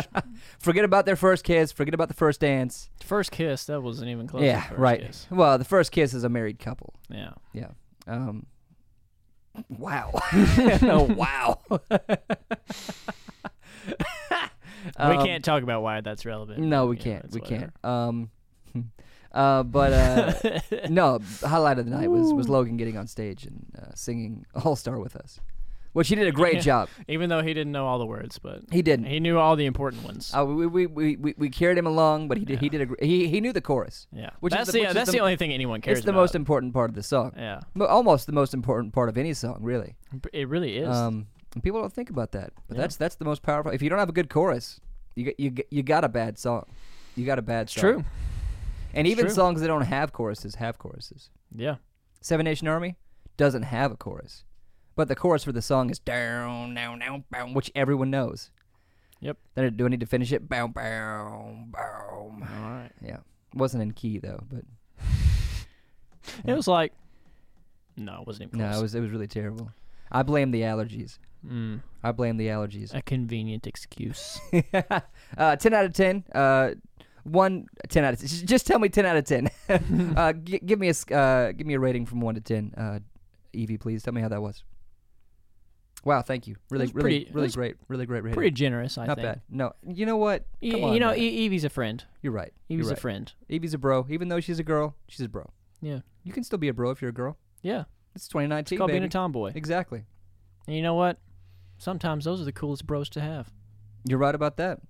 Speaker 2: forget about their first kiss. Forget about the first dance.
Speaker 1: first kiss. That wasn't even close. to
Speaker 2: yeah,
Speaker 1: first
Speaker 2: right.
Speaker 1: kiss.
Speaker 2: Well, the first kiss is a married couple.
Speaker 1: Yeah.
Speaker 2: Yeah. Um. Wow. no. Wow.
Speaker 1: we can't talk about why that's relevant.
Speaker 2: Um, No, we
Speaker 1: Yeah,
Speaker 2: can't.
Speaker 1: it's
Speaker 2: we
Speaker 1: whatever.
Speaker 2: can't. Um, uh, but uh, no, highlight of the night was, was Logan getting on stage and uh, singing All Star with us, which he did a great
Speaker 1: Yeah.
Speaker 2: job.
Speaker 1: Even though he didn't know all the words, but
Speaker 2: He didn't.
Speaker 1: he knew all the important ones.
Speaker 2: Uh, we, we, we, we, we carried him along, but he did, he did a gr- he he knew the chorus.
Speaker 1: yeah.
Speaker 2: which is
Speaker 1: that's
Speaker 2: the-
Speaker 1: the,
Speaker 2: which is
Speaker 1: that's
Speaker 2: the-
Speaker 1: the only thing anyone cares
Speaker 2: It's the
Speaker 1: about.
Speaker 2: most important part of the song,
Speaker 1: Yeah.
Speaker 2: Mo- almost the most important part of any song, really.
Speaker 1: It really is.
Speaker 2: Um, and people don't think about that, but
Speaker 1: Yeah.
Speaker 2: that's that's the most powerful. If you don't have a good chorus, you got, you got- you got a bad song. You got a bad
Speaker 1: it's
Speaker 2: song.
Speaker 1: true.
Speaker 2: And
Speaker 1: It's
Speaker 2: even
Speaker 1: true.
Speaker 2: songs that don't have choruses have choruses.
Speaker 1: Yeah.
Speaker 2: Seven Nation Army doesn't have a chorus, but the chorus for the song is down, down, down, bow, which everyone knows.
Speaker 1: Yep.
Speaker 2: Then I- do I need to finish it? Bow, bow, bow.
Speaker 1: All right.
Speaker 2: Yeah, wasn't in key though, but Yeah.
Speaker 1: It was like, no, it wasn't even
Speaker 2: no,
Speaker 1: close.
Speaker 2: it was it was really terrible. I blame the allergies.
Speaker 1: mm,
Speaker 2: I blame the allergies.
Speaker 1: a convenient excuse.
Speaker 2: uh, 10 out of 10. Uh, one 10 out of 10. Just tell me 10 out of 10. uh, g- give me a s- uh, give me a rating from 1 to 10. Uh, Evie, please tell me how that was. Wow, thank you. Really
Speaker 1: was
Speaker 2: really
Speaker 1: pretty- it
Speaker 2: really
Speaker 1: was
Speaker 2: great. Really great rating.
Speaker 1: Pretty generous, I
Speaker 2: Not
Speaker 1: think.
Speaker 2: bad. No. You know what?
Speaker 1: Y-
Speaker 2: Come
Speaker 1: you
Speaker 2: on,
Speaker 1: know,
Speaker 2: man.
Speaker 1: E- Evie's a friend.
Speaker 2: You're right. You're
Speaker 1: Evie's
Speaker 2: right.
Speaker 1: a friend.
Speaker 2: Evie's a bro. Even though she's a girl, she's a bro.
Speaker 1: Yeah.
Speaker 2: You can still be a bro if you're a girl.
Speaker 1: Yeah.
Speaker 2: It's 2019,
Speaker 1: It's called
Speaker 2: baby.
Speaker 1: being a tomboy.
Speaker 2: exactly.
Speaker 1: And you know what? Sometimes those are the coolest bros to have.
Speaker 2: You're right about that.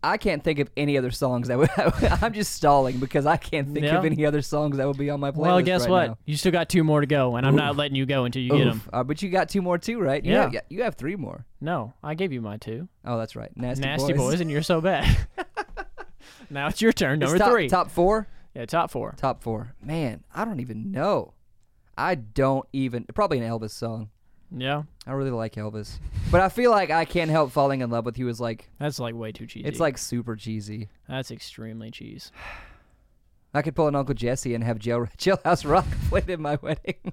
Speaker 2: I can't think of any other songs that would. I'm just stalling because I can't think of
Speaker 1: Yeah.
Speaker 2: any other songs that would be on my playlist.
Speaker 1: well, guess
Speaker 2: right
Speaker 1: what?
Speaker 2: now.
Speaker 1: You still got two more to go, and I'm not letting you go until you get 'em. get them.
Speaker 2: Oof. Uh, but you got two more too, right? You
Speaker 1: Yeah.
Speaker 2: have- you have three more.
Speaker 1: No, I gave you my two.
Speaker 2: Oh, that's right. Nasty,
Speaker 1: Nasty boys. and you're so bad. now it's your turn.
Speaker 2: It's
Speaker 1: Number
Speaker 2: top,
Speaker 1: three.
Speaker 2: Top four.
Speaker 1: Yeah, top four.
Speaker 2: Top four. Man, I don't even know. I don't even. Probably an Elvis song.
Speaker 1: Yeah,
Speaker 2: I really like Elvis, but I feel like I can't help falling in love with you. Is like
Speaker 1: that's like way too cheesy.
Speaker 2: it's like super cheesy.
Speaker 1: that's extremely cheese.
Speaker 2: I could pull an Uncle Jesse and have jail, Jailhouse Rock played at my wedding.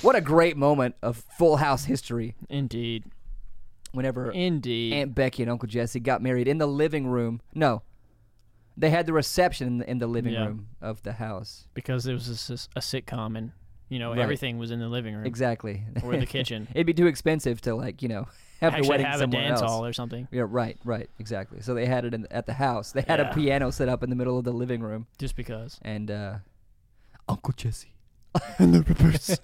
Speaker 2: what a great moment of Full House history.
Speaker 1: Indeed,
Speaker 2: Whenever
Speaker 1: indeed.
Speaker 2: Aunt Becky and Uncle Jesse got married in the living room. No, they had the reception in the, in the living
Speaker 1: Yeah.
Speaker 2: room of the house.
Speaker 1: because it was a, s- a sitcom, and you know
Speaker 2: Right.
Speaker 1: everything was in the living room
Speaker 2: Exactly.
Speaker 1: or the kitchen.
Speaker 2: It'd be too expensive to like you know have
Speaker 1: Actually,
Speaker 2: the wedding
Speaker 1: have a
Speaker 2: somewhere
Speaker 1: dance
Speaker 2: else.
Speaker 1: hall or something.
Speaker 2: Yeah, right, right, exactly. So they had it in, at the house. They had a
Speaker 1: Yeah.
Speaker 2: piano set up in the middle of the living room,
Speaker 1: Just because.
Speaker 2: and uh, Uncle Jesse,
Speaker 1: And the reverse.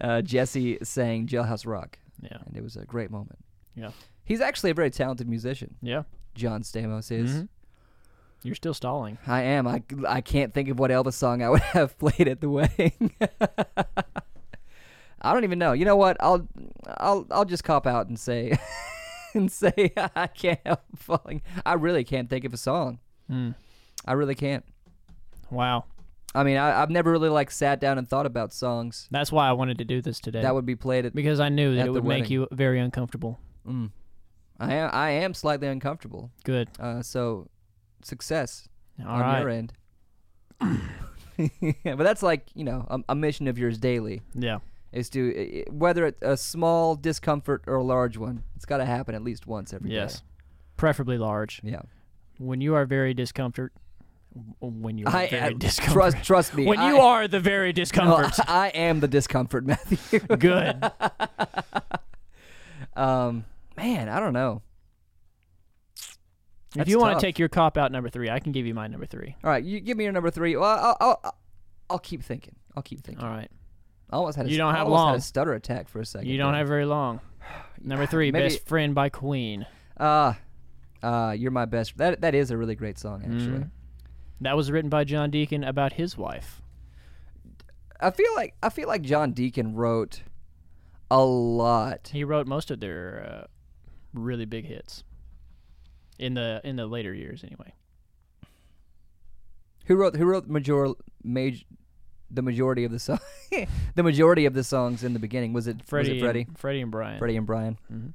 Speaker 2: uh, Jesse sang Jailhouse Rock,
Speaker 1: yeah,
Speaker 2: and it was a great moment.
Speaker 1: Yeah.
Speaker 2: he's actually a very talented musician.
Speaker 1: yeah.
Speaker 2: John Stamos is.
Speaker 1: Mhm. You're still stalling.
Speaker 2: I am. I, I can't think of what Elvis song I would have played at the wedding. I don't even know. You know what? I'll I'll I'll just cop out and say and say I can't help falling. I really can't think of a song.
Speaker 1: Mm.
Speaker 2: I really can't.
Speaker 1: Wow.
Speaker 2: I mean, I, I've never really like sat down and thought about songs
Speaker 1: That's why I wanted to do this today.
Speaker 2: that would be played at.
Speaker 1: because I knew
Speaker 2: At
Speaker 1: that it
Speaker 2: the
Speaker 1: would make
Speaker 2: wedding.
Speaker 1: you very uncomfortable.
Speaker 2: Mm. I am I am slightly uncomfortable.
Speaker 1: Good.
Speaker 2: Uh, so success
Speaker 1: All
Speaker 2: on
Speaker 1: right.
Speaker 2: your end. but that's like you know a, a mission of yours daily.
Speaker 1: Yeah.
Speaker 2: is to i- i- whether it's a small discomfort or a large one, it's got to happen at least once every day.
Speaker 1: Yes. Preferably large.
Speaker 2: Yeah.
Speaker 1: When you are very discomfort. w- When you are
Speaker 2: I,
Speaker 1: very
Speaker 2: I
Speaker 1: discomfort.
Speaker 2: trust trust me.
Speaker 1: when you
Speaker 2: I-
Speaker 1: are the very
Speaker 2: no,
Speaker 1: discomfort.
Speaker 2: I am the discomfort, Matthew.
Speaker 1: Good.
Speaker 2: um, man, I don't know.
Speaker 1: if
Speaker 2: That's
Speaker 1: you want
Speaker 2: tough.
Speaker 1: to take your cop out number three, I can give you my number three.
Speaker 2: All right, you give me your number three. Well, I'll I'll, I'll, I'll keep thinking. I'll keep thinking.
Speaker 1: All right.
Speaker 2: I almost had a,
Speaker 1: You
Speaker 2: st-
Speaker 1: don't
Speaker 2: I
Speaker 1: have
Speaker 2: almost had
Speaker 1: long.
Speaker 2: a stutter attack for a second.
Speaker 1: You don't
Speaker 2: there.
Speaker 1: have very long. Number three,
Speaker 2: Maybe-
Speaker 1: Best Friend by Queen.
Speaker 2: Ah, uh, you're my best. That that is a really great song,
Speaker 1: Mm-hmm.
Speaker 2: actually.
Speaker 1: That was written by John Deacon about his wife.
Speaker 2: I feel like I feel like John Deacon wrote a lot.
Speaker 1: He wrote most of their uh, really big hits in the in the later years, anyway.
Speaker 2: Who wrote who wrote major major the majority of the song the majority of the songs in the beginning was it
Speaker 1: Freddie,
Speaker 2: was it Freddie
Speaker 1: and, Freddie and Brian.
Speaker 2: Freddie and Brian
Speaker 1: Mhm.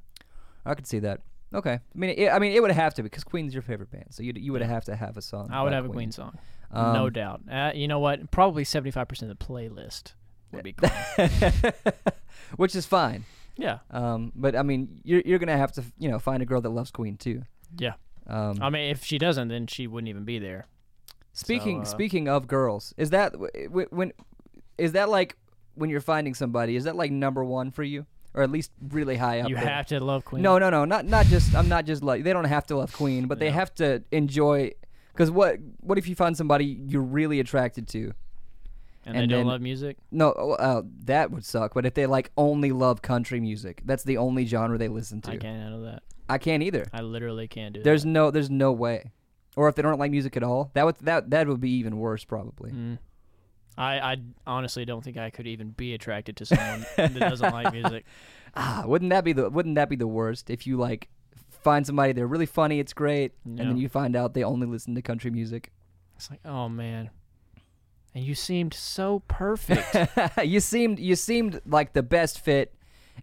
Speaker 2: I could see that okay I mean it, I mean it would have to because Queen's your favorite band so you you would have to have a song
Speaker 1: I would
Speaker 2: Oh, by
Speaker 1: have a Queen song,
Speaker 2: Um,
Speaker 1: no doubt. Uh, you know what? Probably seventy five percent of the playlist would be Queen.
Speaker 2: which is fine
Speaker 1: yeah,
Speaker 2: um but I mean you're you're gonna have to you know find a girl that loves Queen too
Speaker 1: yeah.
Speaker 2: um
Speaker 1: I mean, if she doesn't, then she wouldn't even be there.
Speaker 2: Speaking
Speaker 1: So, uh,
Speaker 2: speaking of girls, is that w- w- when is that like when you're finding somebody? Is that like number one for you, or at least really high up?
Speaker 1: you
Speaker 2: there?
Speaker 1: have to love Queen.
Speaker 2: No, no, no, not not just. I'm not just like they don't have to love Queen, but they
Speaker 1: Yeah.
Speaker 2: have to enjoy. Because what what if you find somebody you're really attracted to?
Speaker 1: and, they
Speaker 2: and
Speaker 1: don't
Speaker 2: then-
Speaker 1: love music.
Speaker 2: No, uh, that would suck. But if they like only love country music, that's the only genre they listen to.
Speaker 1: I can't handle that.
Speaker 2: I can't either.
Speaker 1: I literally can't do
Speaker 2: There's no there's no way. Or if they don't like music at all, that would that that would be even worse probably.
Speaker 1: that. Mm. I, I honestly don't think I could even be attracted to someone that doesn't like music.
Speaker 2: Ah, wouldn't that be the wouldn't that be the worst if you like find somebody they're really funny, it's great, and
Speaker 1: No.
Speaker 2: then you find out they only listen to country music.
Speaker 1: It's like, oh man. And you seemed so perfect.
Speaker 2: you seemed you seemed like the best fit,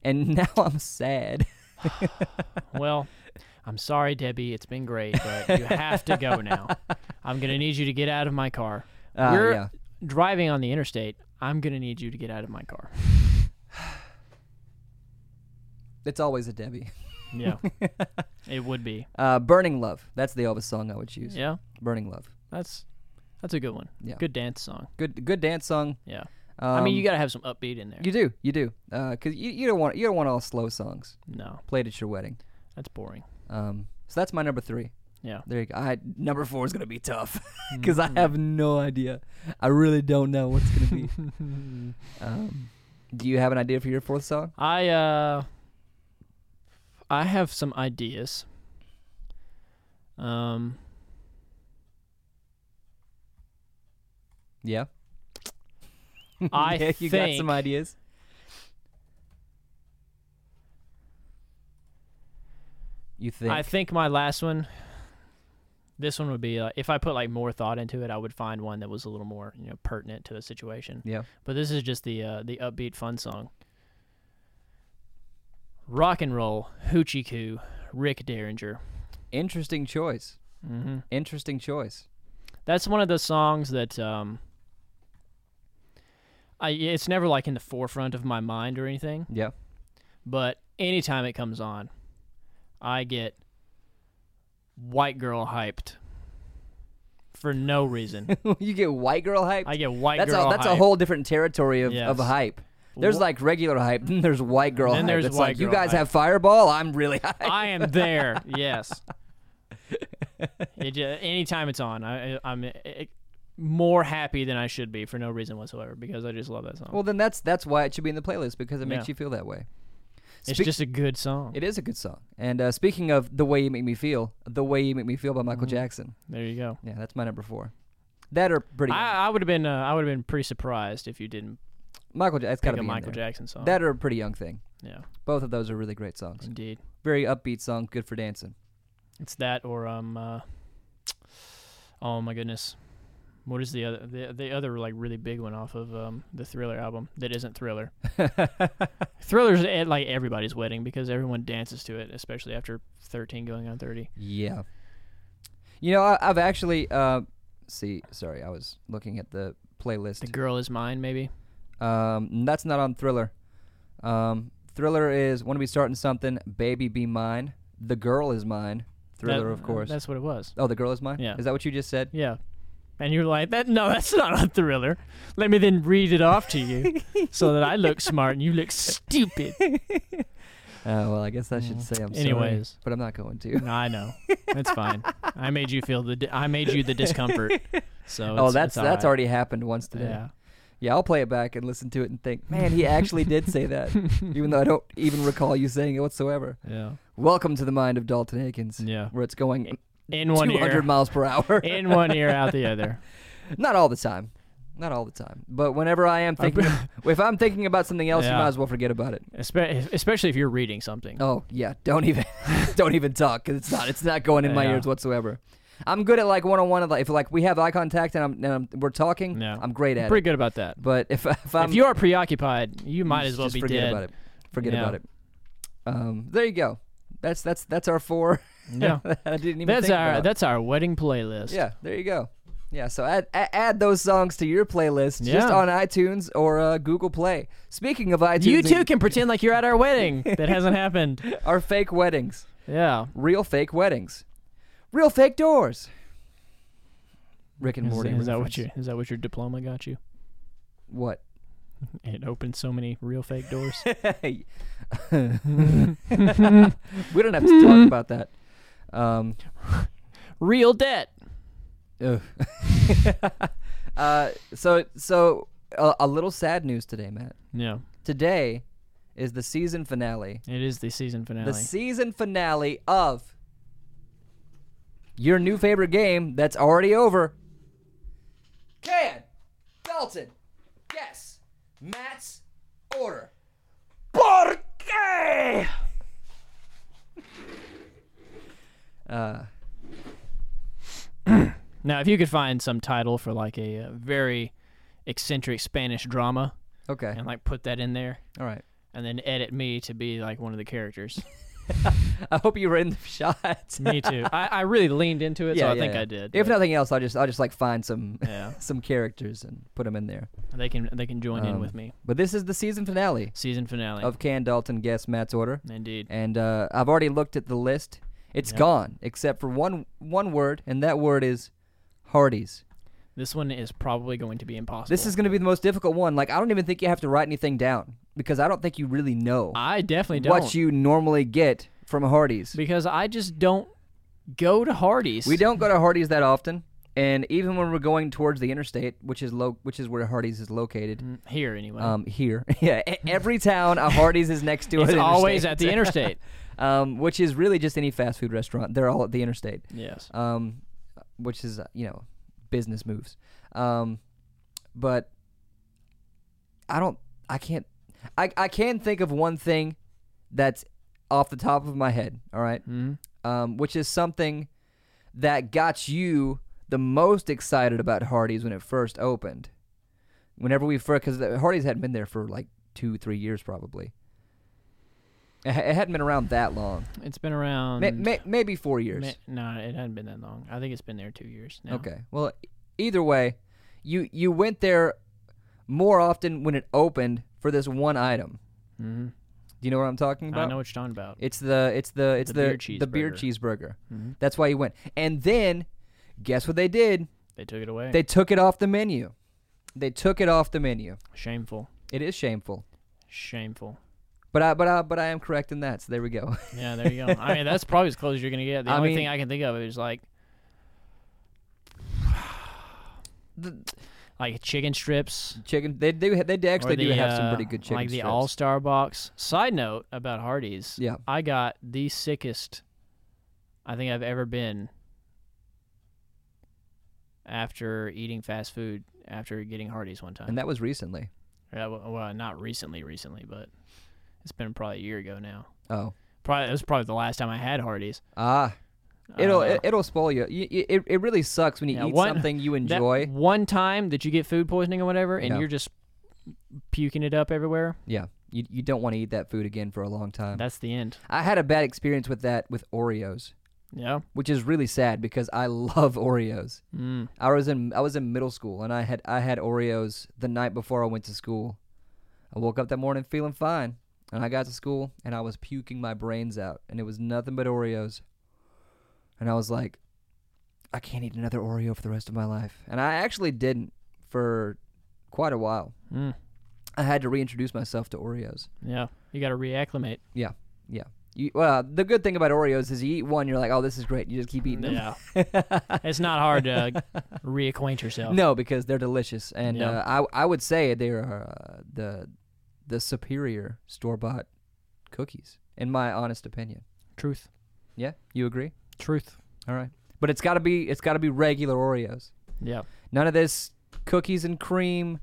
Speaker 2: and now I'm sad.
Speaker 1: well, I'm sorry, Debbie. It's been great, but you have to go now. I'm going to need you to get out of my car.
Speaker 2: Uh,
Speaker 1: You're
Speaker 2: yeah.
Speaker 1: driving on the interstate. I'm going to need you to get out of my car.
Speaker 2: It's always a Debbie.
Speaker 1: Yeah. it would be.
Speaker 2: Uh, Burning Love. That's the Elvis song I would choose.
Speaker 1: Yeah.
Speaker 2: Burning Love.
Speaker 1: That's that's a good one.
Speaker 2: Yeah.
Speaker 1: Good dance song.
Speaker 2: Good good dance song.
Speaker 1: Yeah.
Speaker 2: Um,
Speaker 1: I mean, you got to have some upbeat in there.
Speaker 2: you do you do because you, you don't want you don't want all slow songs
Speaker 1: no.
Speaker 2: played at your wedding.
Speaker 1: That's boring.
Speaker 2: Um, so that's my number three.
Speaker 1: Yeah. Mm-hmm.
Speaker 2: There you go. I, number four is gonna be tough because I have no idea. I really don't know what's gonna be. um, do you have an idea for your fourth song?
Speaker 1: I uh I have some ideas. Um
Speaker 2: Yeah.
Speaker 1: I
Speaker 2: yeah, you got
Speaker 1: think-
Speaker 2: some ideas. You think?
Speaker 1: I think my last one this one would be uh, if I put like more thought into it, I would find one that was a little more, you know, pertinent to the situation.
Speaker 2: yeah.
Speaker 1: But this is just the uh, the upbeat fun song. Rock and roll, Hoochie Coo, Rick Derringer.
Speaker 2: Interesting choice.
Speaker 1: Mm-hmm.
Speaker 2: Interesting choice.
Speaker 1: That's one of those songs that um, I it's never like in the forefront of my mind or anything.
Speaker 2: Yeah.
Speaker 1: but anytime it comes on, I get white girl hyped for no reason.
Speaker 2: you get white girl hype.
Speaker 1: I get white
Speaker 2: that's
Speaker 1: girl
Speaker 2: a that's
Speaker 1: hype.
Speaker 2: a whole different territory of, of
Speaker 1: Yes.
Speaker 2: hype. There's
Speaker 1: Wh-
Speaker 2: like regular hype. Then there's white girl.
Speaker 1: Then
Speaker 2: hype.
Speaker 1: there's
Speaker 2: it's
Speaker 1: white
Speaker 2: like you
Speaker 1: girl
Speaker 2: guys
Speaker 1: hype.
Speaker 2: have Fireball. I'm really hype.
Speaker 1: I am there. Yes. It ju- anytime it's on, I, I- I'm eh, more happy than I should be for no reason whatsoever because I just love that song.
Speaker 2: Well, then that's that's why it should be in the playlist because it makes
Speaker 1: Yeah.
Speaker 2: you feel that way.
Speaker 1: It's
Speaker 2: Speak-
Speaker 1: just a good song.
Speaker 2: It is a good song. And uh, speaking of The Way You Make Me Feel, The Way You Make Me Feel by Michael
Speaker 1: Mhm.
Speaker 2: Jackson.
Speaker 1: there you go.
Speaker 2: Yeah, that's my number four. That are pretty.
Speaker 1: I, I would have been uh, I would have been pretty surprised if you didn't
Speaker 2: Michael Jackson. It's got
Speaker 1: pick
Speaker 2: to
Speaker 1: a
Speaker 2: be in
Speaker 1: Michael
Speaker 2: there.
Speaker 1: Jackson song.
Speaker 2: That are pretty young thing.
Speaker 1: yeah,
Speaker 2: Both of those are really great songs.
Speaker 1: indeed.
Speaker 2: Very upbeat song, good for dancing.
Speaker 1: It's that or um. Uh, oh my goodness, what is the other the the other like really big one off of um the Thriller album that isn't Thriller? Thriller's at like everybody's wedding because everyone dances to it, especially after thirteen going on thirty.
Speaker 2: Yeah. You know, I, I've actually. Uh, see, sorry, I was looking at the playlist.
Speaker 1: The girl is mine, maybe.
Speaker 2: Um, that's not on Thriller. Um, Thriller is "Want to Be Starting Something," "Baby Be Mine," "The Girl Is Mine," Thriller,
Speaker 1: That-
Speaker 2: of course.
Speaker 1: That's what it was.
Speaker 2: oh, "The Girl Is Mine."
Speaker 1: Yeah.
Speaker 2: Is that what you just said?
Speaker 1: Yeah. And you're like, that no, that's not a thriller. Let me then read it off to you so that I look smart and you look stupid.
Speaker 2: Uh, well, I guess I should say I'm sorry,
Speaker 1: Anyways.
Speaker 2: but I'm not going to.
Speaker 1: No, I know. It's fine. I made you feel the di- I made you the discomfort. So
Speaker 2: oh,
Speaker 1: it's-
Speaker 2: that's
Speaker 1: it's all
Speaker 2: that's
Speaker 1: right.
Speaker 2: already happened once today.
Speaker 1: Yeah.
Speaker 2: Yeah, I'll play it back and listen to it and think, man, he actually did say that, even though I don't even recall you saying it whatsoever.
Speaker 1: Yeah.
Speaker 2: Welcome to the mind of Dalton Aikens,
Speaker 1: Yeah.
Speaker 2: where it's going
Speaker 1: In one
Speaker 2: 200
Speaker 1: ear.
Speaker 2: miles per hour.
Speaker 1: In one ear out the other.
Speaker 2: Not all the time. Not all the time. But whenever I am thinking, if I'm thinking about something else,
Speaker 1: Yeah.
Speaker 2: you might as well forget about it.
Speaker 1: Espe- especially if you're reading something.
Speaker 2: Oh yeah, don't even, don't even talk because it's not, it's not going in my
Speaker 1: Yeah.
Speaker 2: ears whatsoever. I'm good at like one-on-one. Like, if like we have eye contact and, I'm, and I'm, we're talking,
Speaker 1: Yeah.
Speaker 2: I'm great at
Speaker 1: Pretty
Speaker 2: it.
Speaker 1: good about that.
Speaker 2: But if if I'm Mm,
Speaker 1: if you are preoccupied, you might as well
Speaker 2: just
Speaker 1: be
Speaker 2: forget
Speaker 1: dead.
Speaker 2: about it. Forget
Speaker 1: Yeah.
Speaker 2: about it. Um, there you go. That's that's that's our four.
Speaker 1: Yeah.
Speaker 2: I didn't even.
Speaker 1: That's
Speaker 2: think
Speaker 1: our
Speaker 2: about.
Speaker 1: that's our wedding playlist.
Speaker 2: Yeah, there you go. Yeah, so add, add, add those songs to your playlist just
Speaker 1: Yeah.
Speaker 2: on iTunes or uh, Google Play. Speaking of iTunes,
Speaker 1: You
Speaker 2: and
Speaker 1: too can pretend like you're at our wedding. that hasn't happened.
Speaker 2: our fake weddings,
Speaker 1: Yeah.
Speaker 2: real fake weddings, real fake doors. Rick and
Speaker 1: Is,
Speaker 2: Morty.
Speaker 1: is that what
Speaker 2: reference.
Speaker 1: your is that what your diploma got you?
Speaker 2: What?
Speaker 1: It opened so many real fake doors.
Speaker 2: Hey. we don't have to talk about that. Um,
Speaker 1: real debt.
Speaker 2: ugh. uh, so so uh, a, a little sad news today, Matt.
Speaker 1: Yeah.
Speaker 2: Today is the season finale
Speaker 1: It is the season finale.
Speaker 2: the season finale of your new favorite game that's already over. Can Dalton guess Matt's order? Porque? Uh,
Speaker 1: now, if you could find some title for like a, uh very eccentric Spanish drama
Speaker 2: okay.
Speaker 1: and like put that in there
Speaker 2: All right.
Speaker 1: and then edit me to be like one of the characters.
Speaker 2: I hope you were in the shot.
Speaker 1: me too. I, I really leaned into it, so I think I did.
Speaker 2: If
Speaker 1: but-
Speaker 2: nothing else, I'll just I'll just like find some
Speaker 1: yeah,
Speaker 2: some characters and put them in there.
Speaker 1: they can they can join in
Speaker 2: Um,
Speaker 1: with me.
Speaker 2: But this is the season finale
Speaker 1: Season finale.
Speaker 2: of Can Dalton guess Matt's order?
Speaker 1: Indeed.
Speaker 2: and uh, I've already looked at the list. It's
Speaker 1: Yep.
Speaker 2: gone except for one one word, and that word is Hardee's.
Speaker 1: This one is probably going to be impossible.
Speaker 2: This is going to be the most difficult one. Like I don't even think you have to write anything down because I don't think you really know
Speaker 1: I definitely don't.
Speaker 2: what you normally get from Hardee's.
Speaker 1: because I just don't go to Hardee's.
Speaker 2: We don't go to Hardee's that often, and even when we're going towards the interstate, which is lo- which is where Hardee's is located.
Speaker 1: Mm, here anyway.
Speaker 2: Um, here, yeah, e- every town a Hardee's is next to
Speaker 1: it's
Speaker 2: an
Speaker 1: always
Speaker 2: interstate,
Speaker 1: at the interstate.
Speaker 2: um, which is really just any fast food restaurant. They're all at the interstate.
Speaker 1: yes.
Speaker 2: um, which is uh, you know business moves. Um, but I don't, I can't, I I can think of one thing that's off the top of my head. All right,
Speaker 1: Mhm.
Speaker 2: um, which is something that got you the most excited about Hardee's when it first opened. Whenever we first, because Hardee's hadn't been there for like two, three years probably. It ha- it hadn't been around that long.
Speaker 1: It's been around.
Speaker 2: May, may, maybe four years.
Speaker 1: Ma- no, it hadn't been that long. I think it's been there two years now.
Speaker 2: Okay. Well, e- either way, you you went there more often when it opened for this one item.
Speaker 1: hmm
Speaker 2: Do you know what I'm talking
Speaker 1: I
Speaker 2: about?
Speaker 1: know what you're talking about.
Speaker 2: It's the it's the it's
Speaker 1: The
Speaker 2: the
Speaker 1: beer
Speaker 2: the beer cheeseburger.
Speaker 1: Mhm.
Speaker 2: That's why you went. And then guess what they did?
Speaker 1: They took it away.
Speaker 2: They took it off the menu. They took it off the menu.
Speaker 1: Shameful.
Speaker 2: It is shameful.
Speaker 1: Shameful.
Speaker 2: But I but I but I am correct in that. So there we go.
Speaker 1: Yeah, there you go. I mean, that's probably as close as you're gonna get. The
Speaker 2: I
Speaker 1: only
Speaker 2: mean-
Speaker 1: thing I can think of is like.
Speaker 2: The-
Speaker 1: like chicken strips.
Speaker 2: Chicken. They do. They do
Speaker 1: or
Speaker 2: actually do
Speaker 1: the,
Speaker 2: have some
Speaker 1: uh,
Speaker 2: pretty good chicken
Speaker 1: Like the
Speaker 2: strips.
Speaker 1: All Star box. Side note about Hardee's.
Speaker 2: Yeah.
Speaker 1: I got the sickest I think I've ever been after eating fast food after getting Hardee's one time.
Speaker 2: and that was recently.
Speaker 1: Yeah, well, well, not recently, recently, but it's been probably a year ago now.
Speaker 2: Oh.
Speaker 1: Probably it was probably the last time I had Hardee's.
Speaker 2: Ah. It'll
Speaker 1: Uh,
Speaker 2: it, it'll spoil you. You- you- It, it really sucks when you
Speaker 1: Yeah,
Speaker 2: eat
Speaker 1: one-
Speaker 2: something you
Speaker 1: that
Speaker 2: enjoy.
Speaker 1: one time that you get food poisoning or whatever, and
Speaker 2: Yeah.
Speaker 1: you're just puking it up everywhere.
Speaker 2: yeah. You, you don't want to eat that food again for a long time.
Speaker 1: That's the end.
Speaker 2: I had a bad experience with that with Oreos,
Speaker 1: Yeah.
Speaker 2: which is really sad because I love Oreos.
Speaker 1: Mm.
Speaker 2: I was in I was in middle school and I had I had Oreos the night before I went to school. I woke up that morning feeling fine, and I got to school and I was puking my brains out, and it was nothing but Oreos. And I was like, I can't eat another Oreo for the rest of my life, and I actually didn't for quite a while.
Speaker 1: Mm.
Speaker 2: I had to reintroduce myself to Oreos.
Speaker 1: Yeah. You got to reacclimate.
Speaker 2: You, well, the good thing about Oreos is you eat one, you're like, oh, this is great. You just keep eating them.
Speaker 1: Yeah. it's not hard to reacquaint yourself.
Speaker 2: No, because they're delicious, and
Speaker 1: Oh. Yeah.
Speaker 2: uh, I I would say they are uh, the the superior store bought cookies, in my honest opinion.
Speaker 1: Truth.
Speaker 2: Yeah, you agree?
Speaker 1: Truth.
Speaker 2: All right, but it's got to be it's got to be regular Oreos.
Speaker 1: Yeah.
Speaker 2: None of this cookies and cream,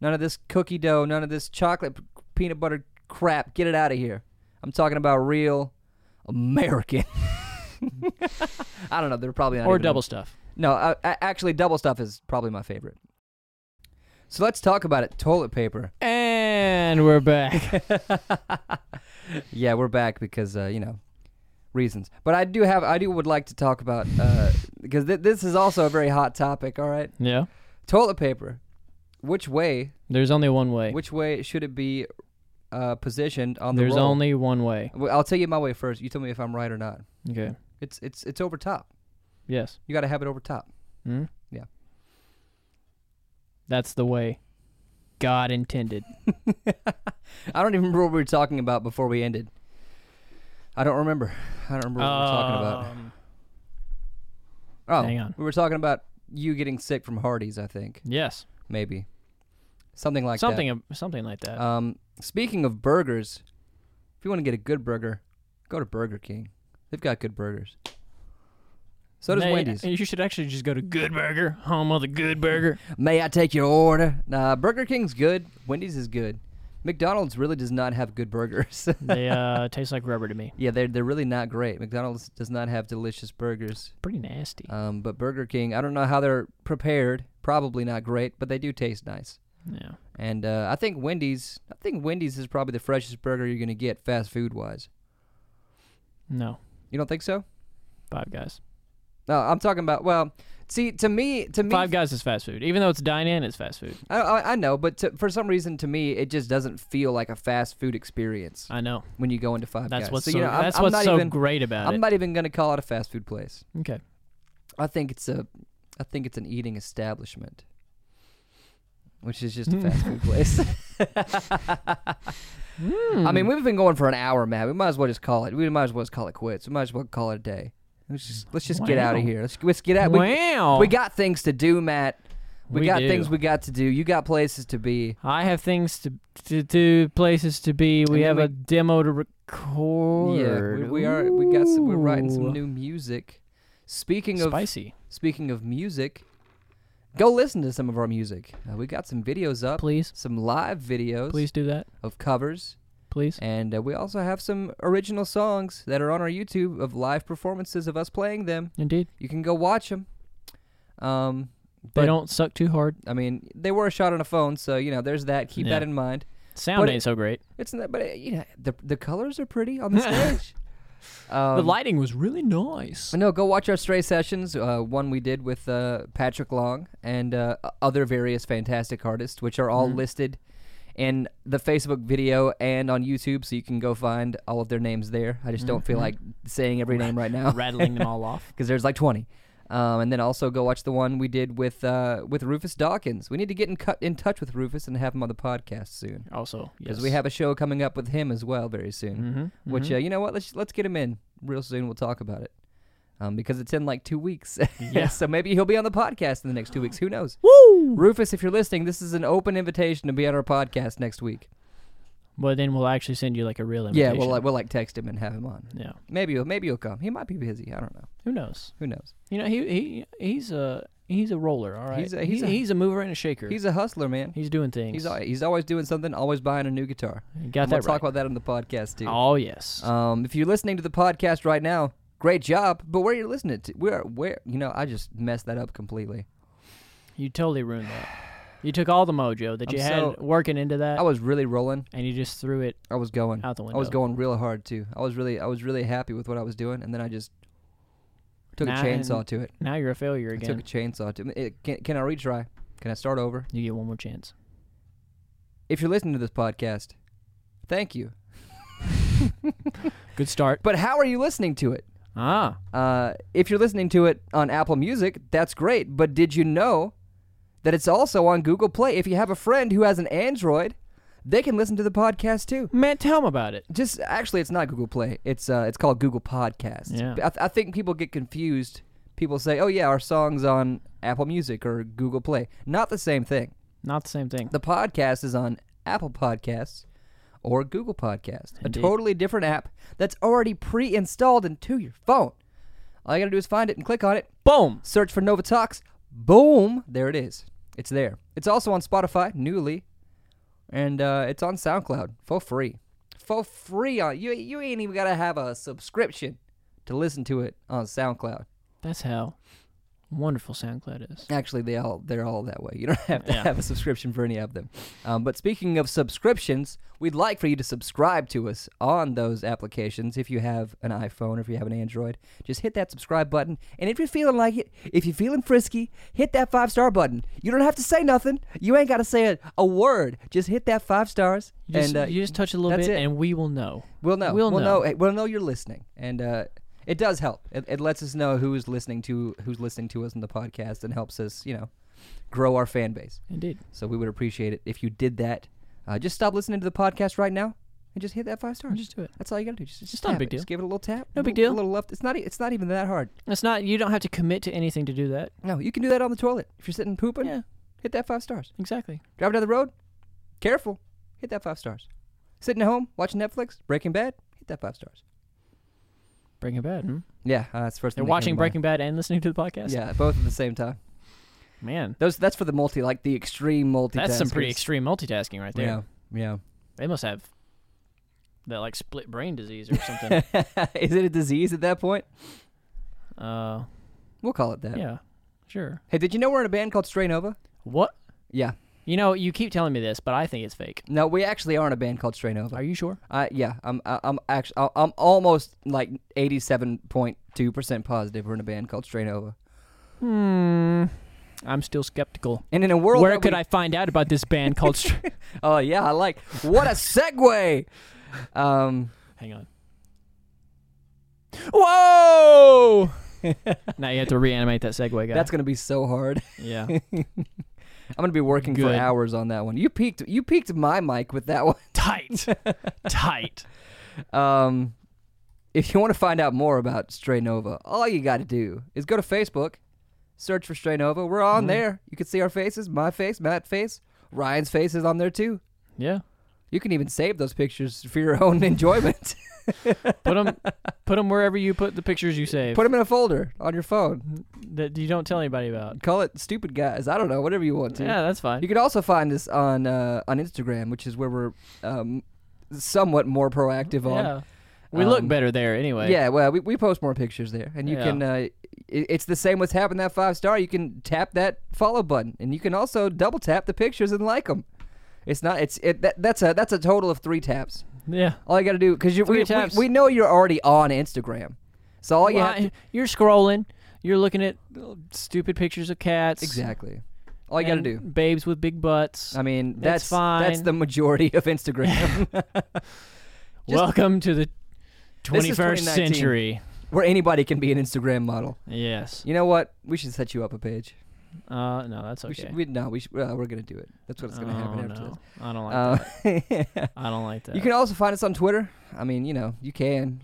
Speaker 2: none of this cookie dough, none of this chocolate p- peanut butter crap. Get it out of here. I'm talking about real American. I don't know. They're probably not
Speaker 1: Or
Speaker 2: even-
Speaker 1: double stuff.
Speaker 2: no, I, I, actually, double stuff is probably my favorite. So let's talk about it. Toilet paper.
Speaker 1: And we're back.
Speaker 2: yeah, we're back because uh, you know reasons. But I do have, I do would like to talk about uh, because th- this is also a very hot topic. All right,
Speaker 1: yeah.
Speaker 2: toilet paper. Which way?
Speaker 1: There's only one way.
Speaker 2: Which way should it be uh, positioned on the
Speaker 1: There's
Speaker 2: roll?
Speaker 1: only one way.
Speaker 2: Well, I'll tell you my way first. You tell me if I'm right or not.
Speaker 1: Okay.
Speaker 2: It's it's it's over top.
Speaker 1: Yes.
Speaker 2: You got to have it over top.
Speaker 1: Mm?
Speaker 2: Yeah.
Speaker 1: That's the way God intended.
Speaker 2: I don't even remember what we were talking about before we ended. I don't remember. I don't remember what we were talking about.
Speaker 1: Um,
Speaker 2: Oh,
Speaker 1: hang on.
Speaker 2: we were talking about you getting sick from Hardee's. I think
Speaker 1: Yes.
Speaker 2: maybe something like
Speaker 1: something ab- something like
Speaker 2: that.
Speaker 1: that.
Speaker 2: Um, speaking of burgers, if you want to get a good burger, go to Burger King. They've got good burgers. So does
Speaker 1: Nay,
Speaker 2: Wendy's.
Speaker 1: You should actually just go to Good Burger, home of the Good Burger.
Speaker 2: May I take your order? Nah, Burger King's good. Wendy's is good. McDonald's really does not have good burgers.
Speaker 1: they uh, taste like rubber to me.
Speaker 2: yeah, they're they're really not great. McDonald's does not have delicious burgers.
Speaker 1: Pretty nasty.
Speaker 2: Um, but Burger King, I don't know how they're prepared. Probably not great, but they do taste nice.
Speaker 1: yeah.
Speaker 2: And uh, I think Wendy's, I think Wendy's is probably the freshest burger you're gonna get fast food wise.
Speaker 1: No.
Speaker 2: You don't think so?
Speaker 1: Five Guys.
Speaker 2: No, I'm talking about. Well, see, to me, to me,
Speaker 1: Five Guys is fast food. Even though it's dine in, it's fast food.
Speaker 2: I, I, I know, but to, for some reason, to me, it just doesn't feel like a fast food experience
Speaker 1: I know.
Speaker 2: when you go into Five
Speaker 1: Uh, That's
Speaker 2: Guys.
Speaker 1: what's
Speaker 2: so,
Speaker 1: so,
Speaker 2: you know, I'm,
Speaker 1: that's
Speaker 2: I'm
Speaker 1: what's
Speaker 2: not
Speaker 1: so
Speaker 2: even,
Speaker 1: great about
Speaker 2: I'm
Speaker 1: it.
Speaker 2: not even gonna call it a fast food place.
Speaker 1: okay.
Speaker 2: I think it's a, I think it's an eating establishment, which is
Speaker 1: Hmm.
Speaker 2: just a fast food place. I
Speaker 1: Hmm.
Speaker 2: mean, we've been going for an hour, Matt. We might as well just call it. We might as well just call it quits. We might as well call it a day. Let's just let's just get out of
Speaker 1: Wow.
Speaker 2: here. Let's let's get out. We,
Speaker 1: wow.
Speaker 2: we got things to do, Matt. We,
Speaker 1: We
Speaker 2: got
Speaker 1: do.
Speaker 2: things we got to do. You got places to be.
Speaker 1: I have things to to do, places to be. We
Speaker 2: then
Speaker 1: have
Speaker 2: we-
Speaker 1: a demo to record.
Speaker 2: Yeah, we, we are. We got. Some, we're writing
Speaker 1: Ooh.
Speaker 2: some new music. Speaking of
Speaker 1: spicy.
Speaker 2: speaking of music, go listen to some of our music. Uh, we got some videos up.
Speaker 1: Please,
Speaker 2: some live videos
Speaker 1: please do that.
Speaker 2: of covers,
Speaker 1: Please.
Speaker 2: and uh, we also have some original songs that are on our YouTube of live performances of us playing them.
Speaker 1: Indeed,
Speaker 2: You can go watch them. Um,
Speaker 1: they
Speaker 2: But-
Speaker 1: don't suck too hard.
Speaker 2: I mean, they were a shot on a phone, so you know, there's that. Keep that
Speaker 1: Yeah.
Speaker 2: in mind.
Speaker 1: Sound
Speaker 2: But it-
Speaker 1: ain't so great.
Speaker 2: It's not, but uh, you know, the the colors are pretty on the stage. Um,
Speaker 1: the lighting was really nice.
Speaker 2: but No, go watch our Stray Sessions, uh, one we did with uh, Patrick Long and uh, other various fantastic artists, which are all listed in the Facebook video and on YouTube, so you can go find all of their names there. I just don't feel like saying every name right now
Speaker 1: Rattling them all off.
Speaker 2: because there's like 20. Um, and then also go watch the one we did with uh, with Rufus Dawkins. We need to get in, cut in touch with Rufus and have him on the podcast soon
Speaker 1: Also,
Speaker 2: because
Speaker 1: yes,
Speaker 2: we have a show coming up with him as well very soon.
Speaker 1: Mhm,
Speaker 2: Which uh, you know what? Let's let's get him in real soon. We'll talk about it. um, because it's in like two weeks.
Speaker 1: Yeah.
Speaker 2: so maybe he'll be on the podcast in the next two weeks. Who knows?
Speaker 1: Woo!
Speaker 2: Rufus, if you're listening, this is an open invitation to be on our podcast next week.
Speaker 1: But then we'll actually send you like a real invitation.
Speaker 2: Yeah, we'll like, we'll like text him and have him on.
Speaker 1: yeah.
Speaker 2: Maybe he'll maybe he'll come. He might be busy. I don't know.
Speaker 1: Who knows?
Speaker 2: Who knows?
Speaker 1: You know, he he he's a he's a roller. All right.
Speaker 2: He's a- he's
Speaker 1: he,
Speaker 2: a-
Speaker 1: he's a mover and a shaker.
Speaker 2: He's a hustler, man.
Speaker 1: he's doing things.
Speaker 2: He's al- he's always doing something. Always buying a new guitar.
Speaker 1: You got
Speaker 2: And
Speaker 1: that
Speaker 2: we'll
Speaker 1: right.
Speaker 2: talk about that on the podcast too.
Speaker 1: oh yes.
Speaker 2: Um, if you're listening to the podcast right now, great job. But where you're listening to, where where you know, I just messed that up completely.
Speaker 1: you totally ruined that. You took all the mojo that
Speaker 2: I'm
Speaker 1: you had
Speaker 2: so-
Speaker 1: working into that,
Speaker 2: I was really rolling.
Speaker 1: and you just threw it
Speaker 2: I was going.
Speaker 1: out the
Speaker 2: I
Speaker 1: window.
Speaker 2: was going real hard too. I was really I was really happy with what I was doing, and then I just took
Speaker 1: Nah,
Speaker 2: a chainsaw
Speaker 1: and
Speaker 2: to it.
Speaker 1: Now you're a failure
Speaker 2: I took
Speaker 1: again.
Speaker 2: a chainsaw to it. Can, can I retry? Can I start over?
Speaker 1: You get one more chance.
Speaker 2: If you're listening to this podcast, thank you.
Speaker 1: Good start.
Speaker 2: But how are you listening to it?
Speaker 1: Ah,
Speaker 2: Uh, if you're listening to it on Apple Music, that's great. But did you know that it's also on Google Play? If you have a friend who has an Android, they can listen to the podcast too.
Speaker 1: man, tell them about it.
Speaker 2: Just actually, it's not Google Play. It's uh, it's called Google Podcasts.
Speaker 1: Yeah.
Speaker 2: I, I think people get confused. People say, "Oh yeah, our songs on Apple Music or Google Play." Not the same thing.
Speaker 1: Not the same thing.
Speaker 2: The podcast is on Apple Podcasts or Google Podcasts,
Speaker 1: Indeed.
Speaker 2: a totally different app that's already pre-installed into your phone. All you gotta do is find it and click on it.
Speaker 1: Boom.
Speaker 2: Search for Nova Talks. Boom, there it is. It's there. It's also on Spotify newly, and uh, it's on SoundCloud for free. For free on you. You ain't even gotta have a subscription to listen to it on SoundCloud.
Speaker 1: That's how wonderful SoundCloud is.
Speaker 2: Actually, they all they're all that way. You don't have to
Speaker 1: Yeah.
Speaker 2: have a subscription for any of them. Um, but speaking of subscriptions, we'd like for you to subscribe to us on those applications. If you have an iPhone, if you have an Android, just hit that subscribe button. And if you're feeling like it, if you're feeling frisky, hit that five star button. You don't have to say nothing. You ain't got to say a, a word. Just hit that five stars,
Speaker 1: You just,
Speaker 2: and uh,
Speaker 1: you just touch a little
Speaker 2: that's
Speaker 1: bit,
Speaker 2: it.
Speaker 1: and we will know.
Speaker 2: we'll know.
Speaker 1: we'll know.
Speaker 2: know. We'll know you're listening, and. Uh, it does help. It, it lets us know who's listening to who's listening to us in the podcast, and helps us, you know, grow our fan base.
Speaker 1: Indeed.
Speaker 2: So we would appreciate it if you did that. Uh, just stop listening to the podcast right now and just hit that five stars.
Speaker 1: Just do it.
Speaker 2: That's all you gotta do. Just,
Speaker 1: It's not a
Speaker 2: tap
Speaker 1: big
Speaker 2: it.
Speaker 1: deal.
Speaker 2: Just give it a little tap.
Speaker 1: No
Speaker 2: a
Speaker 1: big
Speaker 2: little-
Speaker 1: deal.
Speaker 2: A little left. It's not. e- It's not even that hard.
Speaker 1: It's not. You don't have to commit to anything to do that.
Speaker 2: No, you can do that on the toilet if you're sitting pooping.
Speaker 1: Yeah.
Speaker 2: Hit that five stars.
Speaker 1: Exactly.
Speaker 2: Driving down the road, careful. Hit that five stars. Sitting at home watching Netflix, Breaking Bad. Hit that five stars.
Speaker 1: Breaking Bad. Hmm?
Speaker 2: Yeah, uh, that's the first.
Speaker 1: They're
Speaker 2: thing that came
Speaker 1: watching
Speaker 2: to mind.
Speaker 1: Breaking Bad and listening to the podcast.
Speaker 2: Yeah, both at the same time.
Speaker 1: Man,
Speaker 2: Those. That's for the multi, like the extreme multi.
Speaker 1: that's some pretty extreme multitasking right there.
Speaker 2: Yeah, yeah.
Speaker 1: They must have that like split brain disease or something.
Speaker 2: Is it a disease at that point?
Speaker 1: uh,
Speaker 2: We'll call it that.
Speaker 1: yeah. Sure.
Speaker 2: Hey, did you know we're in a band called Stray Nova?
Speaker 1: What?
Speaker 2: Yeah.
Speaker 1: You know, you keep telling me this, but I think it's fake.
Speaker 2: No, we actually are in a band called Stray Nova.
Speaker 1: Are you sure?
Speaker 2: Uh, yeah, I'm I- I'm actually I'm almost like 87.2% positive we're in a band called Stray Nova.
Speaker 1: Hmm. I'm still skeptical.
Speaker 2: And in a world
Speaker 1: Where
Speaker 2: that
Speaker 1: could
Speaker 2: we-
Speaker 1: I find out about this band called? Str-
Speaker 2: Oh yeah, I like what a segue. um
Speaker 1: Hang on. Whoa! now you have to reanimate that segue guy.
Speaker 2: that's going to be so hard.
Speaker 1: yeah.
Speaker 2: I'm going to be working for
Speaker 1: Good.
Speaker 2: hours on that one. You peaked you peaked my mic with that one.
Speaker 1: tight, tight.
Speaker 2: Um, if you want to find out more about Stray Nova, all you got to do is go to Facebook, search for Stray Nova. We're
Speaker 1: Mm-hmm.
Speaker 2: on there. You can see our faces, my face, Matt's face, Ryan's face is on there too.
Speaker 1: Yeah.
Speaker 2: You can even save those pictures for your own enjoyment.
Speaker 1: Put them, put 'em wherever you put the pictures you save Mm-hmm.
Speaker 2: Put them in a folder on your phone.
Speaker 1: that you don't tell anybody about.
Speaker 2: Call it Stupid Guys. I don't know, whatever you want to.
Speaker 1: Yeah, that's fine.
Speaker 2: You can also find us on uh, on Instagram, which is where we're um, somewhat more proactive on.
Speaker 1: yeah. We look
Speaker 2: Um,
Speaker 1: better there anyway.
Speaker 2: Yeah, well, we, we post more pictures there, and you
Speaker 1: Yeah.
Speaker 2: can. Uh, i it's the same with tapping that five star. You can tap that follow button, and you can also double tap the pictures and like them. It's not. It's it. That, that's a that's a total of three taps.
Speaker 1: Yeah.
Speaker 2: All you got to do because you
Speaker 1: Three
Speaker 2: we, we,
Speaker 1: taps.
Speaker 2: we know you're already on Instagram, so all you
Speaker 1: Well,
Speaker 2: have to,
Speaker 1: you're scrolling. You're looking at uh, stupid pictures of cats.
Speaker 2: exactly. All you got to
Speaker 1: and
Speaker 2: do. Um,
Speaker 1: Babes with big butts.
Speaker 2: I mean, that's
Speaker 1: That's
Speaker 2: That's
Speaker 1: fine.
Speaker 2: the majority of Instagram, just-
Speaker 1: Welcome to the
Speaker 2: This
Speaker 1: 21st
Speaker 2: is 2019.
Speaker 1: century.
Speaker 2: where anybody can be an Instagram model.
Speaker 1: Yes.
Speaker 2: You know what? We should set you up a page.
Speaker 1: Uh, no, that's okay.
Speaker 2: We should. We, no, we should, uh, we're gonna do it. That's what's gonna happen
Speaker 1: Oh,
Speaker 2: after
Speaker 1: no.
Speaker 2: this.
Speaker 1: I don't like
Speaker 2: Uh,
Speaker 1: that. I don't like that.
Speaker 2: You can also find us on Twitter. I mean, you know, you can.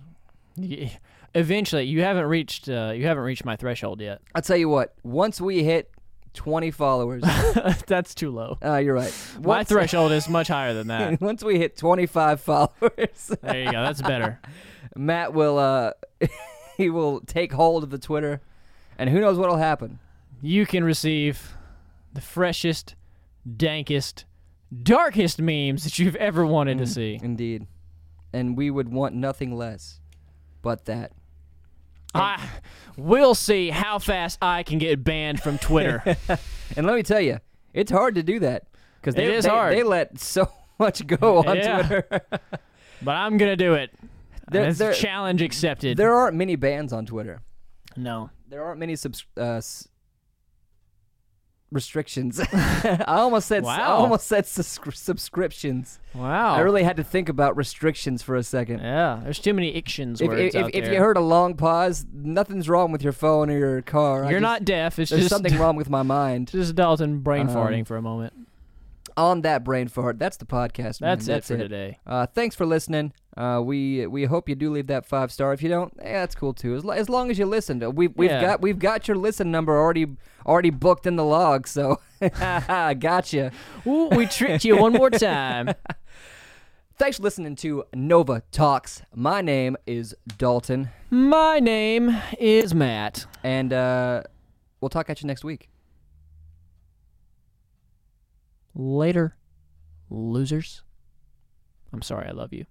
Speaker 1: Y- eventually you haven't reached uh, you haven't reached my threshold yet.
Speaker 2: I'll tell you what. Once we hit 20 followers,
Speaker 1: That's too low.
Speaker 2: uh, you're right. Once,
Speaker 1: My threshold is much higher than that.
Speaker 2: Once we hit 25 followers,
Speaker 1: There you go. That's better.
Speaker 2: Matt will uh, he will take hold of the Twitter, and who knows what'll happen.
Speaker 1: You can receive the freshest, dankest, darkest memes that you've ever wanted
Speaker 2: Mm.
Speaker 1: to see.
Speaker 2: Mm-hmm. Indeed, and we would want nothing less, but that.
Speaker 1: I will see how fast I can get banned from Twitter.
Speaker 2: And let me tell you, it's hard to do that because
Speaker 1: It
Speaker 2: they,
Speaker 1: is
Speaker 2: they-
Speaker 1: hard.
Speaker 2: they let so much go on
Speaker 1: Yeah.
Speaker 2: Twitter.
Speaker 1: but I'm gonna do it.
Speaker 2: There-
Speaker 1: That's
Speaker 2: there-
Speaker 1: challenge accepted.
Speaker 2: there aren't many bans on Twitter.
Speaker 1: no,
Speaker 2: There aren't many subs- uh, s- restrictions. I almost said I
Speaker 1: Wow.
Speaker 2: almost said subscri- subscriptions.
Speaker 1: wow.
Speaker 2: I really had to think about restrictions for a second.
Speaker 1: yeah. There's too many ictions
Speaker 2: If,
Speaker 1: words
Speaker 2: if,
Speaker 1: out
Speaker 2: if, if
Speaker 1: there.
Speaker 2: you heard a long pause, nothing's wrong with your phone or your car. I
Speaker 1: You're
Speaker 2: just-
Speaker 1: not deaf. It's
Speaker 2: There's
Speaker 1: just
Speaker 2: something wrong with my mind.
Speaker 1: just Dalton brain
Speaker 2: Um,
Speaker 1: farting for a moment.
Speaker 2: On that brain fart. That's the podcast. man.
Speaker 1: That's, it for today.
Speaker 2: Uh, thanks for listening. Uh, we we hope you do leave that five star. If you don't, eh, that's cool too. As, lo- as long as you listened, Uh, we've we've
Speaker 1: Yeah.
Speaker 2: got we've got your listen number already already booked in the log. So, gotcha.
Speaker 1: Ooh, we tricked you one more time.
Speaker 2: Thanks for listening to Nova Talks. My name is Dalton,
Speaker 1: My name is Matt.
Speaker 2: and uh, we'll talk at you next week.
Speaker 1: Later, losers. I'm sorry, I love you.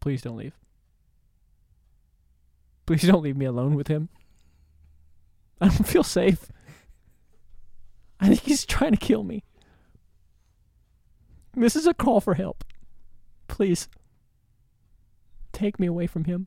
Speaker 1: Please don't leave. Please don't leave me alone with him. I don't feel safe. I think he's trying to kill me. This is a call for help. Please take me away from him.